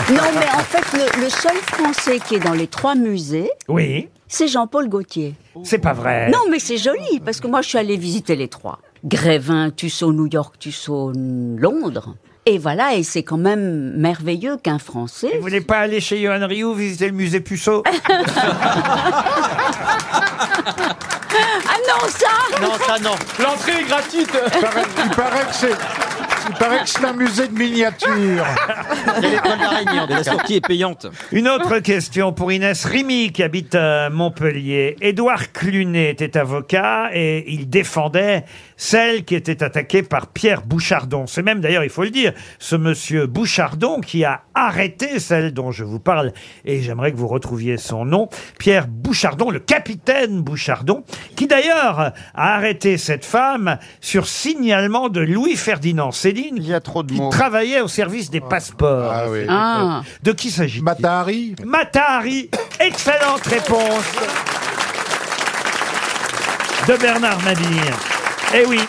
S30: Non, mais en fait, le, le seul Français qui est dans les trois musées,
S1: Oui.
S30: c'est Jean-Paul Gaultier.
S1: C'est pas vrai.
S30: Non, mais c'est joli, parce que moi, je suis allée visiter les trois. Grévin, Tussaud, New York, Tussaud, Londres. Et voilà, et c'est quand même merveilleux qu'un Français...
S1: Vous voulez pas aller chez Johan Rioux visiter le musée Puceau
S30: Ah non, ça
S10: Non, ça non.
S11: L'entrée est gratuite.
S23: Il paraît que c'est.
S31: Il paraît que c'est un musée de miniatures.
S30: La sortie est payante.
S1: Une autre question pour Inès Rimi qui habite euh, Montpellier. Édouard Clunet était avocat et il défendait celle qui était attaquée par Pierre Bouchardon. C'est même d'ailleurs, il faut le dire, ce monsieur Bouchardon qui a arrêté celle dont je vous parle et j'aimerais que vous retrouviez son nom. Pierre Bouchardon, le capitaine Bouchardon, qui d'ailleurs a arrêté cette femme sur signalement de Louis-Ferdinand Céline. Il y a trop de Qui travaillait au service des passeports.
S6: Ah.
S1: De qui s'agit-il Matahari. Matahari. Excellente réponse de Bernard Mabir. Eh oui.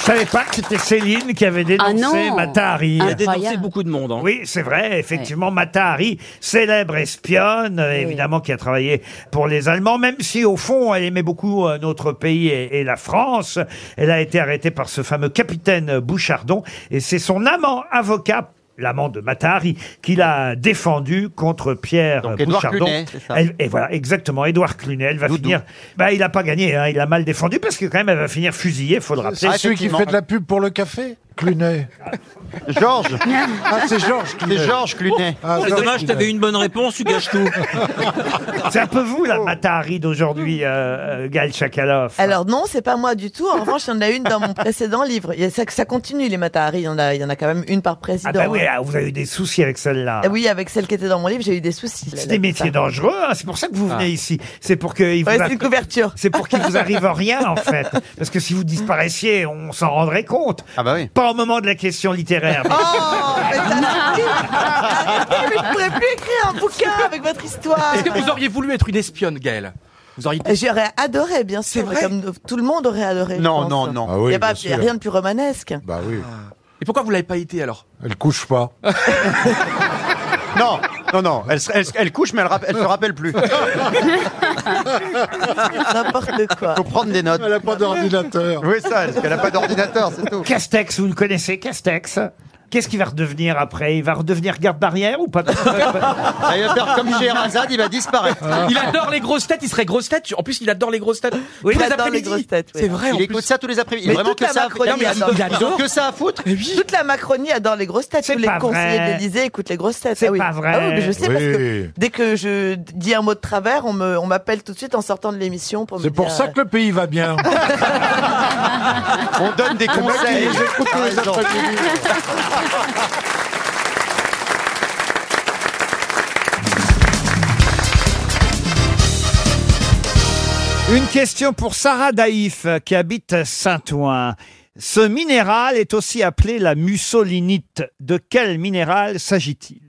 S1: Je savais pas que c'était Céline qui avait dénoncé
S30: Ah non.
S1: Matahari.
S30: Elle a dénoncé Incroyable. beaucoup
S1: de monde. hein. Oui, c'est vrai. Effectivement, Matahari, célèbre espionne, euh, évidemment, qui a travaillé pour les Allemands, même si, au fond, elle aimait beaucoup euh, notre pays et, et la France. Elle a été arrêtée par ce fameux capitaine Bouchardon. Et c'est son amant avocat l'amant de Matahari, qui l'a défendu contre Pierre
S10: Donc, Édouard
S1: Bouchardon.
S10: Clunet, c'est ça.
S1: Elle- et voilà, exactement, Édouard Clunet, elle va finir... Bah, il n'a pas gagné, hein, il a mal défendu, parce que quand même, elle va finir fusillée, faut le rappeler.
S31: C'est Ah, celui qui fait de la pub pour le café Clunet.
S10: Georges.
S31: Ah, c'est Georges Clunet.
S10: C'est Georges Clunet.
S31: Ah,
S30: C'est
S31: Georges
S30: dommage,
S31: Clunet.
S30: t'avais une bonne réponse, tu gâches tout.
S1: C'est un peu vous, la Matahari d'aujourd'hui, euh, euh, Gaël Chakalov.
S23: Alors non, c'est pas moi du tout. En revanche, il y en a une dans mon précédent livre. Il y a ça, ça continue les Matahari. Il y en a, il y en a quand même une par président.
S1: Ah bah oui,
S23: hein.
S1: ah, vous avez eu des soucis avec celle-là.
S23: Ah oui, avec celle qui était dans mon livre, j'ai eu des soucis.
S1: C'est des métiers dangereux, hein, c'est pour ça que vous venez ici. C'est pour qu'il vous,
S23: Ah. Ouais,
S1: arri-
S23: c'est une couverture.
S1: c'est pour qu'il vous arrive rien, en fait. Parce que si vous disparaissiez, on s'en rendrait compte.
S10: Ah, bah
S1: Pas au moment de la question littéraire.
S23: Oh,
S1: mais-
S23: Arrêtez, mais je pourrais plus écrire un bouquin avec votre histoire.
S5: Est-ce que vous auriez voulu être une espionne, Gaëlle Vous auriez
S23: J'aurais adoré, bien sûr. Comme tout le monde aurait adoré. je
S5: Non,
S23: pense.
S5: non, non. Ah
S23: il
S5: oui,
S23: n'y a, pas-
S5: bien
S23: il y a
S5: sûr.
S23: rien de plus romanesque.
S5: Bah oui. Et pourquoi vous l'avez pas été alors
S31: Elle couche pas.
S10: Non, non, non. Elle, se- elle se- elle couche, mais elle, rappe- elle se rappelle plus.
S23: N'importe quoi.
S10: Faut prendre des notes. Elle n'a pas d'ordinateur. Oui, ça, elle- elle n'a pas d'ordinateur, c'est tout.
S1: Castex, vous le connaissez, Castex Qu'est-ce qu'il va redevenir après Il va redevenir garde barrière ou pas
S10: Il va faire comme chez Razad, il va disparaître.
S5: Ah. Il adore les grosses têtes, il serait grosse tête. En plus, il adore les grosses têtes.
S10: Oui,
S5: Tous
S10: il adore
S5: après-midi.
S10: les grosses têtes, oui.
S5: C'est vrai.
S10: Il
S5: en plus.
S10: écoute ça tous les après-midi. Il a
S23: Mais
S10: vraiment
S23: toute
S10: que
S23: la
S10: ça à
S23: Macronie
S10: foutre. Non, mais
S23: adore.
S10: ils ont- ils ont que ça à foutre.
S23: Toute la Macronie adore les grosses têtes. Tous les
S10: pas
S23: conseillers
S10: vrai.
S23: de l'Élysée écoutent les grosses têtes. C'est
S10: pas vrai.
S23: oui, mais je sais parce que
S31: Oui.
S23: dès que je dis un mot de travers, on me- on m'appelle tout de suite en sortant de l'émission pour me
S31: C'est pour
S23: dire,
S31: ça que le pays va bien.
S10: On donne des conseils. T'as raison.
S1: Une question pour Sarah Daïf euh, qui habite Saint-Ouen. Ce minéral est aussi appelé la mussolinite. De quel minéral s'agit-il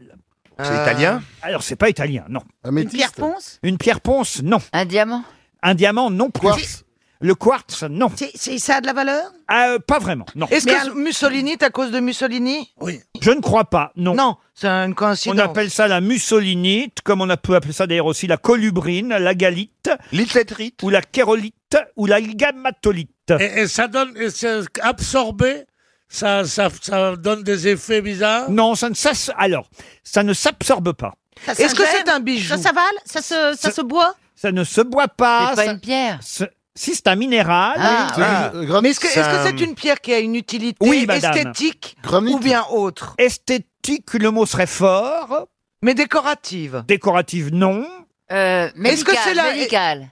S1: Euh,
S12: C'est italien
S1: Alors c'est pas italien, non.
S12: métiste Une pierre ponce
S1: Une pierre ponce, non. Un diamant Un diamant, non. Quartz Le quartz, non.
S5: C'est ça a de la valeur
S1: Euh, pas vraiment, non.
S5: Est-ce que Mussolini, t'es à cause de Mussolini
S1: Oui. Je ne crois pas, non. Non, c'est une coïncidence. On appelle ça la mussolinite, comme on a- peut appeler ça d'ailleurs aussi la colubrine, la galite. L'itlétrite. Ou la kérolite, ou la gamatolite.
S12: Et, et ça donne, et c'est absorbé, ça, ça, ça donne des effets bizarres
S1: Non, ça ne s'as- alors, ça ne s'absorbe pas.
S5: Est-ce que c'est un bijou
S1: Ça
S5: s'avale Ça se, ça se boit
S1: Ça ne se boit pas.
S5: C'est pas
S1: ça-
S5: une pierre.
S1: ce- Si c'est un minéral.
S5: Ah,
S1: oui.
S5: Mais est-ce que est-ce que c'est une pierre qui a une utilité
S1: Oui, madame.
S5: esthétique ou bien autre
S1: Esthétique, le mot serait fort.
S5: Mais décorative
S1: Décorative, non.
S5: Est-ce que c'est la...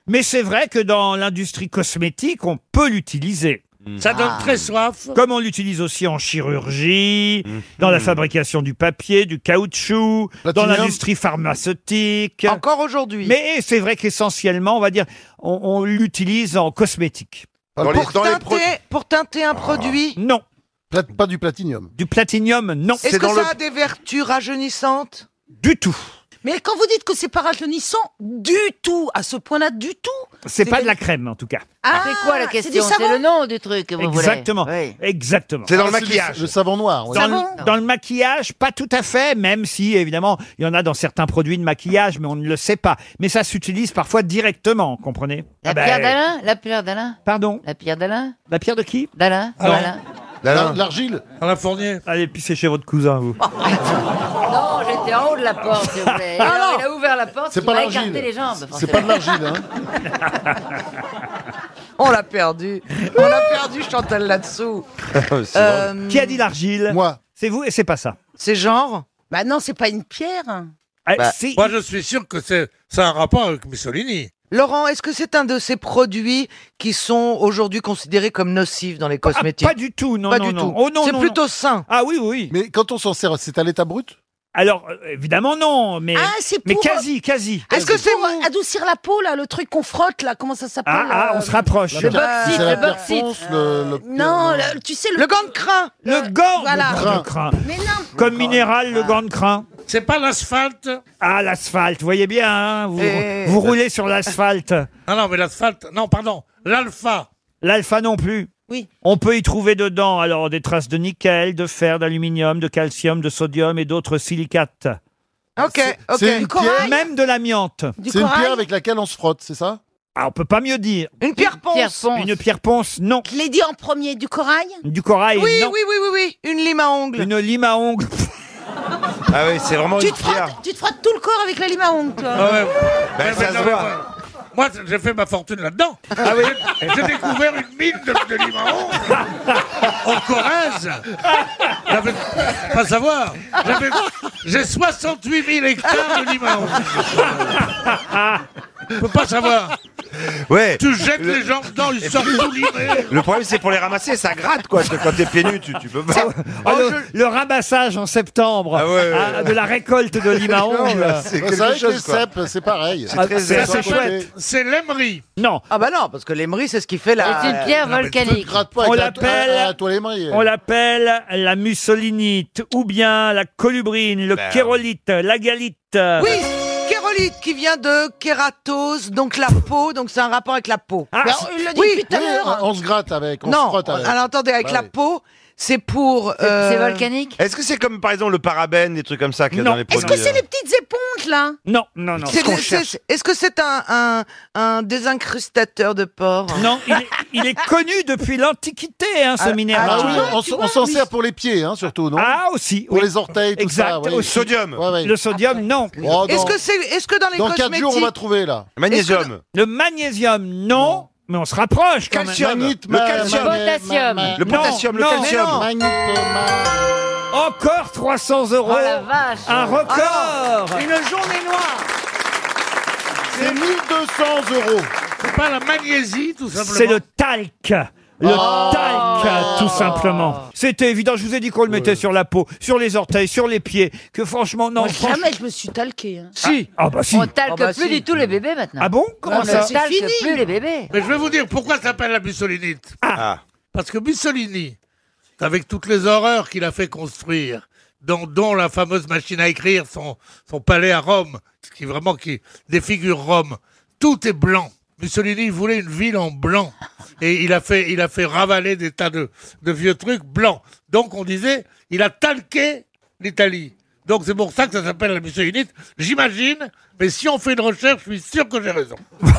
S1: Mais c'est vrai que dans l'industrie cosmétique, on peut l'utiliser.
S12: Ça donne Ah. très soif.
S1: Comme on l'utilise aussi en chirurgie, dans la fabrication du papier, du caoutchouc, dans
S5: Platinium.
S1: l'industrie pharmaceutique. Encore aujourd'hui. Mais c'est vrai qu'essentiellement, on va dire, on, on l'utilise en cosmétique.
S5: pour, teinter, Eh, pour teinter un produit
S1: Ah. Non.
S12: Pas du platinium.
S1: Du platinium, non.
S5: Est-ce que ça a des vertus rajeunissantes
S1: Du tout.
S5: Mais quand vous dites que c'est pas rajeunissant, du tout, à ce point-là, du tout
S1: C'est pas de la crème, en tout cas.
S5: Ah,
S18: c'est quoi la
S5: c'est
S18: question
S5: du
S18: C'est,
S5: savon
S18: le nom du truc que vous
S1: Exactement.
S18: voulez. Oui.
S1: Exactement.
S18: C'est dans le Ah, c'est le- maquillage.
S1: Le savon noir.
S18: oui.
S1: Dans,
S18: Savon
S1: le, dans le maquillage, pas tout à fait, même si évidemment il y en a dans certains produits de maquillage, mais on ne le sait pas. Mais ça s'utilise parfois directement, comprenez
S18: La
S1: Ah ben,
S18: pierre d'Alain La pierre d'Alain
S1: Pardon
S18: La pierre d'Alain
S1: La pierre de qui
S18: D'Alain
S1: Non.
S18: d'Alain.
S1: L'alain.
S12: L'argile Dans la fournière
S1: Allez, pissez chez votre cousin,
S5: Oh,
S1: vous.
S18: Non, j'étais en haut de la porte, s'il vous plaît.
S6: Ah
S18: Alors,
S6: non.
S18: il a ouvert la porte,
S6: C'est
S18: il
S6: pas
S18: m'a
S6: l'argile.
S18: écarté les jambes.
S6: C'est pas de
S18: forcément.
S6: l'argile,
S32: On l'a perdu. On l'a perdu, Chantal, là-dessous. Euh,
S1: Qui a dit l'argile Moi. C'est vous et c'est pas ça.
S5: C'est genre Bah non, c'est pas une pierre.
S1: Euh,
S12: Moi, je suis sûr que c'est c'est un rapport avec Mussolini.
S5: Laurent, est-ce que c'est un de ces produits qui sont aujourd'hui considérés comme nocifs dans les cosmétiques
S1: Ah, pas du tout, non,
S5: Pas
S1: non,
S5: du
S1: non.
S5: tout.
S1: Oh, non,
S5: c'est
S1: non,
S5: plutôt
S1: non.
S5: sain.
S1: Ah oui, oui.
S6: Mais quand on s'en sert, c'est à l'état brut
S1: Alors, euh, évidemment, non, mais,
S5: Ah, c'est
S1: mais
S5: pour-
S1: quasi, quasi.
S5: Est-ce que c'est pour adoucir la peau là, le truc qu'on frotte là, comment ça s'appelle
S1: Ah, ah,
S5: euh,
S1: on se rapproche.
S5: Le Bucksit, le Bucksit. Non, le- tu sais le, gant de crin.
S1: Le gant
S5: voilà.
S1: Le gant de crin.
S5: Mais non.
S1: Comme minéral, le gant de crin.
S12: C'est pas l'asphalte
S1: Ah, l'asphalte, vous voyez bien, hein, vous,
S12: Eh.
S1: vous roulez sur l'asphalte.
S12: Non, Ah non, mais l'asphalte. Non, pardon. L'alpha.
S1: L'alpha non plus.
S5: Oui.
S1: On peut y trouver dedans alors des traces de nickel, de fer, d'aluminium, de calcium, de sodium et d'autres silicates.
S5: Ok, ok.
S6: c'est une pierre
S1: Même de l'amiante.
S5: Du C'est une corail pierre avec
S1: laquelle on se frotte, c'est ça Ah, on peut pas mieux dire.
S5: Une pierre ponce.
S1: Une pierre ponce, non.
S5: Je l'ai dit en premier, du corail
S1: Du corail,
S5: Oui,
S1: non.
S5: oui, oui, oui, oui, une lime à ongles.
S1: Une lime à ongles.
S10: Ah oui, c'est vraiment
S5: Tu
S10: une
S5: te, frottes, tu te frottes tout le corps avec la lime à ongles, toi.
S12: Ah ouais.
S10: Ben,
S12: Mais
S10: ça
S12: non,
S10: se
S12: mais
S10: voit.
S12: moi- Moi, j'ai fait ma fortune là-dedans.
S10: Ah oui.
S12: J'ai- J'ai découvert une mine de, de Limaron en Corrèze. J'avais- Pas savoir. J'avais- J'ai 68 000 hectares de Limaron. Je peux pas savoir.
S10: Ouais.
S12: Tu jettes
S10: Le-
S12: les gens dedans, ils
S10: Et
S12: sortent
S10: puis-
S12: tout livrés.
S10: Le problème, c'est pour les ramasser, ça gratte quoi. Quand t'es pieds nus, tu, tu peux pas.
S1: Ah, le, le ramassage en septembre ah, de la récolte de lime à
S10: Non,
S1: ongles.
S10: là, c'est
S6: Bah, C'est vrai que les cèpes, c'est pareil.
S1: Ah, très c'est- c'est chouette.
S12: C'est l'aimerie.
S1: Non.
S5: Ah bah non, parce que l'émerie, c'est ce qui fait la...
S15: C'est une pierre volcanique.
S1: On
S10: Ah,
S1: l'appelle, on l'appelle la mussolinite ou bien la colubrine, le
S10: Ben.
S1: kérolite, la galite.
S5: Oui, kérolite qui vient de kératose, donc la peau, donc c'est un rapport avec la peau.
S1: Ah,
S5: Ben,
S1: c'est-
S5: il l'a dit
S6: Oui,
S5: tout à
S6: oui,
S5: l'heure.
S6: Ah, on on se gratte avec, on se
S5: Non,
S6: frotte avec.
S5: alors attendez, avec
S6: Bah
S5: la
S6: oui.
S5: peau, c'est pour... euh,
S15: C'est volcanique
S10: Est-ce que c'est comme par exemple le parabène, des trucs comme ça qu'il y a
S1: Non.
S10: dans les
S5: Est-ce
S10: produits
S5: que c'est
S10: euh,
S5: les petites éponges, là
S1: Non, non, non.
S5: C'est des- c'est- Est-ce que c'est un, un, un désincrustateur de porc
S1: Non, il est, il est connu depuis l'Antiquité, hein, ce
S6: Ah,
S1: minéral.
S6: ah oui, on s- on s'en sert pour les pieds, hein, surtout, non
S1: Ah, aussi.
S6: Pour
S1: oui.
S6: les orteils, tout
S1: exact,
S6: ça. oui.
S1: aussi.
S6: Ouais, ouais.
S1: Le sodium, non.
S6: Oh,
S5: Est-ce
S6: dans-
S5: que c'est est-ce que dans les
S6: Dans 4
S5: cosmétiques
S6: jours, on va trouver, là.
S10: Magnésium.
S1: Le magnésium, non. Mais on se rapproche quand
S10: Calcium.
S1: même.
S6: Magnite, ma-
S10: calcium.
S6: ma- ma-
S15: Potassium.
S6: ma-
S10: Le
S1: Non,
S10: potassium,
S1: non,
S10: le calcium.
S1: mais
S6: Magnite, ma-
S1: Encore 300 euros.
S15: Oh la vache Ah
S1: Un record.
S5: Une journée noire
S6: C'est 1200 euros.
S12: C'est pas la magnésie, tout simplement.
S1: C'est le talc. Le
S6: Oh.
S1: talc, tout simplement. C'était évident. Je vous ai dit qu'on le mettait sur la peau, sur les orteils, sur les pieds. Que franchement, non.
S18: Moi,
S1: franchement-
S15: Ah,
S18: jamais je me suis talqué. hein.
S12: Si.
S1: Ah bah si.
S15: On talque
S5: Ah bah
S15: plus
S5: si.
S15: du tout les bébés maintenant.
S1: Ah bon Comment
S15: On
S1: ça
S15: ne talque
S18: fini.
S15: plus les bébés.
S12: Mais je vais vous dire pourquoi ça s'appelle la Mussolinite.
S10: Ah.
S12: Parce que Mussolini, avec toutes les horreurs qu'il a fait construire, dont, dont la fameuse machine à écrire, son, son palais à Rome, ce qui vraiment qui défigure Rome, tout est blanc. Mussolini voulait une ville en blanc. Et il a fait, il a fait ravaler des tas de, de vieux trucs blancs. Donc on disait, il a talqué l'Italie. Donc c'est pour ça que ça s'appelle la Mussolinite. J'imagine, mais si on fait une recherche, je suis sûr que j'ai raison.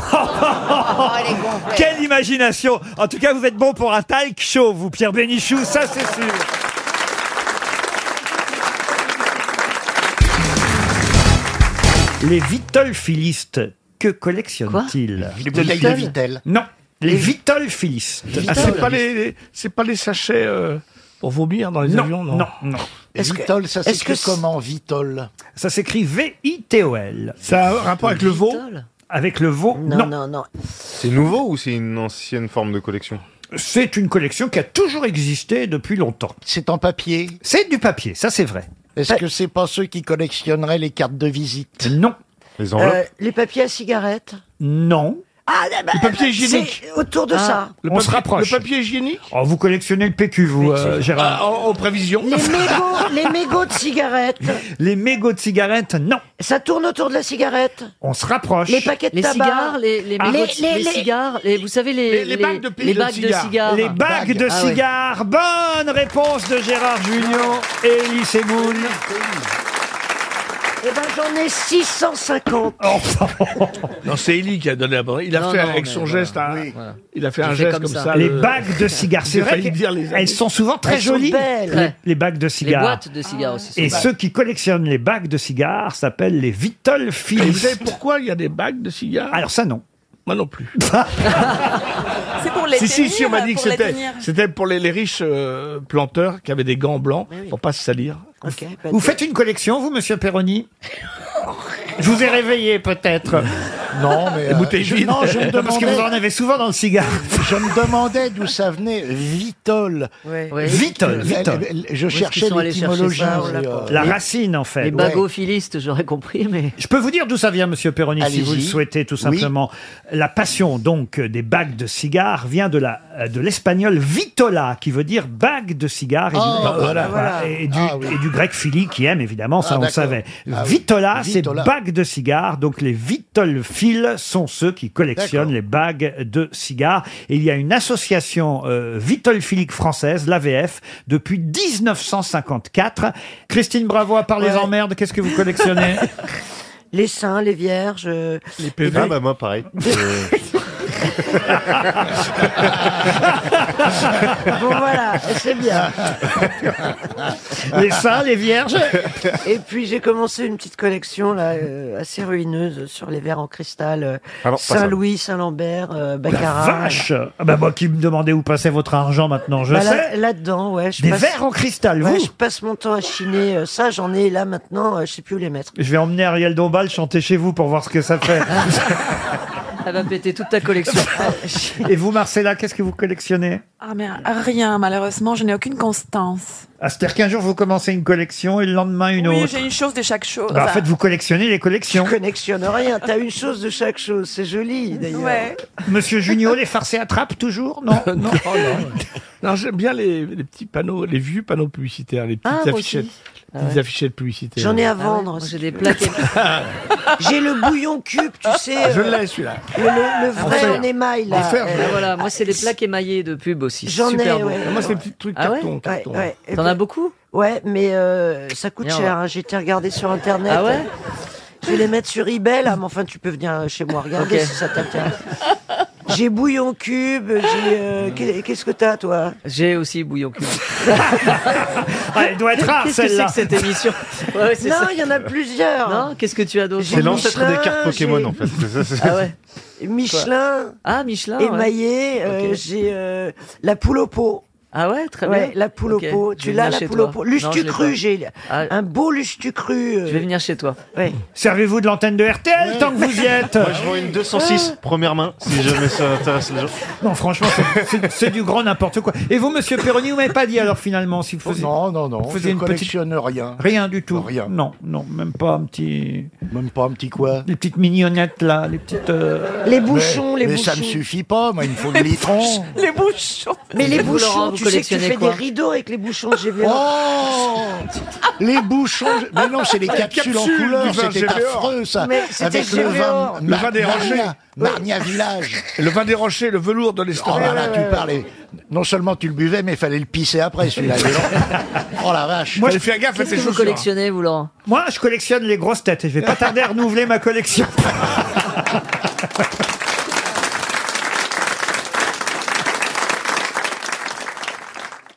S15: Oh les gonflés.
S1: Quelle imagination En tout cas, vous êtes bon pour un talk show, vous, Pierre Bénichou, ça c'est sûr. Les vitolphilistes, que collectionnent-ils
S33: Les bouteilles de Vitel.
S1: Non, les vitolphilistes.
S33: Ah, c'est pas
S34: les, c'est pas les sachets euh, pour vomir dans les
S1: Non, non, non.
S33: Est-ce Vitol, ça
S34: est-ce que
S33: s'écrit comment, Vitol
S1: Ça s'écrit V-I-T-O-L.
S34: Ça a un rapport avec le veau
S1: Avec le veau, non.
S18: non, non.
S2: C'est nouveau ou c'est une ancienne forme de collection
S1: C'est une collection qui a toujours existé depuis longtemps.
S33: C'est en papier
S1: C'est du papier, ça c'est vrai.
S33: Est-ce que c'est pas ceux qui collectionneraient les cartes de visite
S1: Non, Euh,
S2: Les enveloppes
S18: Euh, les papiers à cigarettes.
S1: non.
S18: Ah, bah,
S34: Le papier hygiénique.
S18: c'est autour de ça.
S1: on se rapproche.
S34: Le papier hygiénique
S1: Oh, vous collectionnez le PQ, vous, euh, Gérard.
S34: Ah, en, en prévision.
S18: Les mégots, les mégots de cigarettes.
S1: Les mégots de cigarettes, non.
S18: Ça tourne autour de la cigarette.
S1: On se rapproche.
S18: Les paquets de
S14: Les
S18: tabac.
S14: cigares, les, les,
S18: Ah.
S14: mégots de-
S18: Les-
S14: les,
S18: les- les-
S14: cigares, les- vous savez, les,
S34: Les- les bagues de-
S14: les
S34: de
S14: bagues
S34: cigares.
S14: cigares.
S1: Les bagues de
S18: Ah ouais.
S1: cigares. Bonne réponse de Gérard Junior et Elie Semoun.
S18: Eh ben, j'en ai 650.
S1: Oh,
S34: Non, c'est Eli qui a donné la bonne. Il a
S18: Non,
S34: fait
S18: non,
S34: avec
S18: mais
S34: son
S18: voilà.
S34: geste, un,
S12: hein.
S18: Oui.
S34: il a fait un
S18: fais
S34: geste
S18: comme
S34: comme,
S18: ça.
S34: ça.
S1: Les
S34: le-
S1: bagues de cigares, c'est
S34: J'ai
S1: vrai
S34: failli
S1: qu'elles
S34: dire les
S1: elles sont souvent très
S18: Elles sont
S1: jolies.
S18: belles.
S1: Les, les bagues de
S14: Les
S1: cigares.
S14: boîtes de cigares aussi.
S1: Et
S14: sont-
S1: ceux qui collectionnent les bagues de cigares s'appellent les
S34: Et vous savez
S1: vitolphilistes.
S34: pourquoi il y a des bagues de cigares
S1: Alors ça non.
S34: Moi non plus.
S14: C'est
S35: les
S12: si, si, si, on m'a dit que
S35: tenir, pour les
S12: c'était,
S35: tenir.
S12: c'était pour les, les riches euh, planteurs qui avaient des gants blancs pour pas se salir.
S1: Vous faites une collection, vous, monsieur Perroni Je vous ai réveillé, peut-être.
S10: Non, mais. euh,
S1: Les euh, bouteilles
S10: je,
S1: vides.
S10: non, je me demandais.
S1: Parce que vous en avez souvent dans le cigare.
S10: Je me demandais d'où ça venait Vitol.
S1: Ouais. Vitol,
S10: Euh,
S1: Vitol.
S10: euh, Je
S1: Où est-ce
S10: cherchais
S1: qu'ils sont allés chercher
S10: l'étymologie.
S1: ça, on l'a
S10: mais,
S1: pas.
S10: euh,
S1: La racine, en fait.
S5: Les
S1: Ouais.
S5: bagophilistes, j'aurais compris, mais.
S1: Je peux vous dire d'où ça vient, monsieur Perroni, si
S5: Allez-y.
S1: vous le souhaitez, tout
S5: Oui.
S1: simplement. La passion, donc, des bagues de cigares vient de la euh, de l'espagnol vitola, qui veut dire bague de cigares, et, du-
S10: Ah, voilà.
S1: et du, et du grec philly, qui aime, évidemment,
S10: Ah,
S1: ça, on le
S10: d'accord.
S1: savait.
S10: Ah oui.
S1: vitola, c'est
S10: Vitola.
S1: bague de cigares, donc les vitolphiles sont ceux qui collectionnent les bagues de cigares. Et il y a une association euh, vitolphilique française, l'AVF, depuis 1954. Christine Bravo, à part les emmerdes, qu'est-ce que vous collectionnez
S18: Les saints, les vierges. euh,
S6: Ah bah moi pareil. Euh,
S18: Bon voilà, c'est bien.
S1: Les saints, les vierges.
S18: Et puis j'ai commencé une petite collection là, euh, assez ruineuse sur les verres en cristal. euh,
S1: Ah non, pas ça.
S18: Saint-Louis, Saint-Lambert, euh, Baccarat.
S1: Oh, La vache ah bah moi qui me demandais où passait votre argent maintenant, je
S18: Bah,
S1: sais.
S18: là- Là-dedans, ouais. je
S1: Des verres en cristal,
S18: Ouais,
S1: vous
S18: je passe mon temps à chiner. euh, ça, j'en ai là maintenant, euh, je sais plus où les mettre.
S1: Je vais emmener Ariel Dombal chanter chez vous pour voir ce que ça fait.
S5: Elle va péter toute ta collection.
S18: Ah,
S1: Et vous, Marcella, qu'est-ce que vous collectionnez
S14: Ah mais rien, malheureusement, je n'ai aucune constance.
S1: Ah, C'est-à-dire qu'un jour, vous commencez une collection et le lendemain, une
S14: oui,
S1: autre.
S14: j'ai une chose de chaque chose.
S1: Bah, en fait, vous collectionnez les collections.
S18: Je collectionne rien. T'as une chose de chaque chose. C'est joli d'ailleurs.
S14: Ouais.
S1: Monsieur Junio, les farcés attrapent toujours Non
S12: non, oh, non. Non, j'aime bien les, les petits panneaux, les vieux panneaux publicitaires, les petites
S18: Ah, moi aussi.
S12: affichettes.
S18: Ah
S12: les petites
S18: ouais.
S12: affichettes publicitaires. Ah
S18: J'en ai à
S12: avant.
S18: vendre.
S5: Ah moi,
S18: si
S5: j'ai des
S18: tu veux.
S5: plaques
S18: J'ai le bouillon cube, tu sais.
S12: Je
S18: euh,
S12: l'ai celui-là.
S18: Le, le- le vrai
S5: Enfin,
S18: en émail, là.
S5: Ah,
S18: euh,
S5: voilà, moi c'est les plaques émaillées de pub aussi.
S18: J'en
S5: Super
S18: ai,
S5: beau.
S18: ouais. Moi, c'est les petits
S5: trucs
S18: carton, carton. ouais. Et
S5: T'en
S18: puis-
S5: as beaucoup
S18: Ouais, mais euh, ça coûte
S5: Viens, on
S18: cher.
S5: va.
S18: hein. J'ai été regarder sur internet.
S5: Ah ouais
S18: Je vais les mettre sur eBay là, mais enfin tu peux venir chez moi regarder
S5: Ok.
S18: si ça t'intéresse. J'ai bouillon cube, j'ai euh, qu'est- qu'est-ce que t'as toi
S5: Hmm. J'ai aussi bouillon cul.
S1: Ah, elle doit être rare,
S5: Qu'est-ce que c'est
S1: celle-là.
S5: que cette émission Ouais, ouais, c'est
S18: Non,
S5: ça.
S18: il y en a plusieurs.
S5: Non, qu'est-ce que tu as d'autre
S18: J'ai Michelin, j'ai-
S6: en fait. C'est ça, c'est-
S5: Ah ouais.
S18: Michelin,
S5: Ah, Michelin.
S18: émaillé, euh,
S5: Ok.
S18: j'ai euh, la poule au pot.
S5: Ah ouais, très
S18: Ouais,
S5: bien.
S18: la poule
S5: Ok,
S18: au pot.
S5: je
S18: Tu
S5: vais
S18: l'as,
S5: venir
S18: la
S5: chez
S18: poule
S5: toi.
S18: au pot.
S5: Non, je
S18: Lustu
S5: l'ai
S18: cru,
S5: pas.
S18: j'ai
S5: Ah.
S18: un beau lustu cru. euh,
S5: Je vais venir chez toi.
S18: ouais.
S1: Servez-vous de l'antenne de RTL tant que vous y êtes.
S6: Moi je vends une 206
S1: Ah.
S6: première main si jamais ça intéresse les gens.
S1: Non, franchement, c'est- c'est- c'est du grand n'importe quoi. Et vous, monsieur Perroni, vous m'avez pas dit alors finalement si vous faisiez.
S10: Oh, Non, non, non.
S1: vous
S10: Je
S1: faisiez une petite.
S10: collectionne rien.
S1: Rien du tout.
S10: Rien.
S1: Non, non, même pas un petit.
S10: Même pas un petit quoi.
S1: Les petites mignonnettes là, les petites. euh,
S18: Les bouchons,
S10: mais,
S18: les
S10: mais
S18: bouchons.
S10: ça me suffit pas, moi il me faut le litron.
S18: Les bouchons. Mais les
S5: Vous,
S18: bouchons,
S5: Laurent, vous
S18: tu sais que tu
S5: collectionnez
S18: fais
S5: quoi
S18: des rideaux avec les bouchons de GVO.
S10: Oh Les bouchons, je- mais non, c'est les
S18: Ah, Les
S10: capsules, en
S18: capsules du
S10: couleur,
S18: vin
S10: c'était
S18: GVO.
S10: affreux ça.
S18: Mais c'était
S10: Avec le
S18: GVO.
S10: vin,
S12: Le vin des
S10: Marnia-
S12: Rochers.
S10: Marnia Village.
S12: Le vin des rochers, le velours de
S10: Oh
S12: l'estomac.
S10: là là, tu parlais. Non seulement tu le buvais, mais il fallait le pisser après celui-là. dis donc. oh la vache.
S1: Moi, je-
S12: Fais gaffe à
S5: Qu'est-ce
S12: tes
S5: que vous
S12: chaussures.
S5: collectionnez, vous, Laurent
S1: Moi, je collectionne les grosses têtes et je vais pas tarder à renouveler ma collection.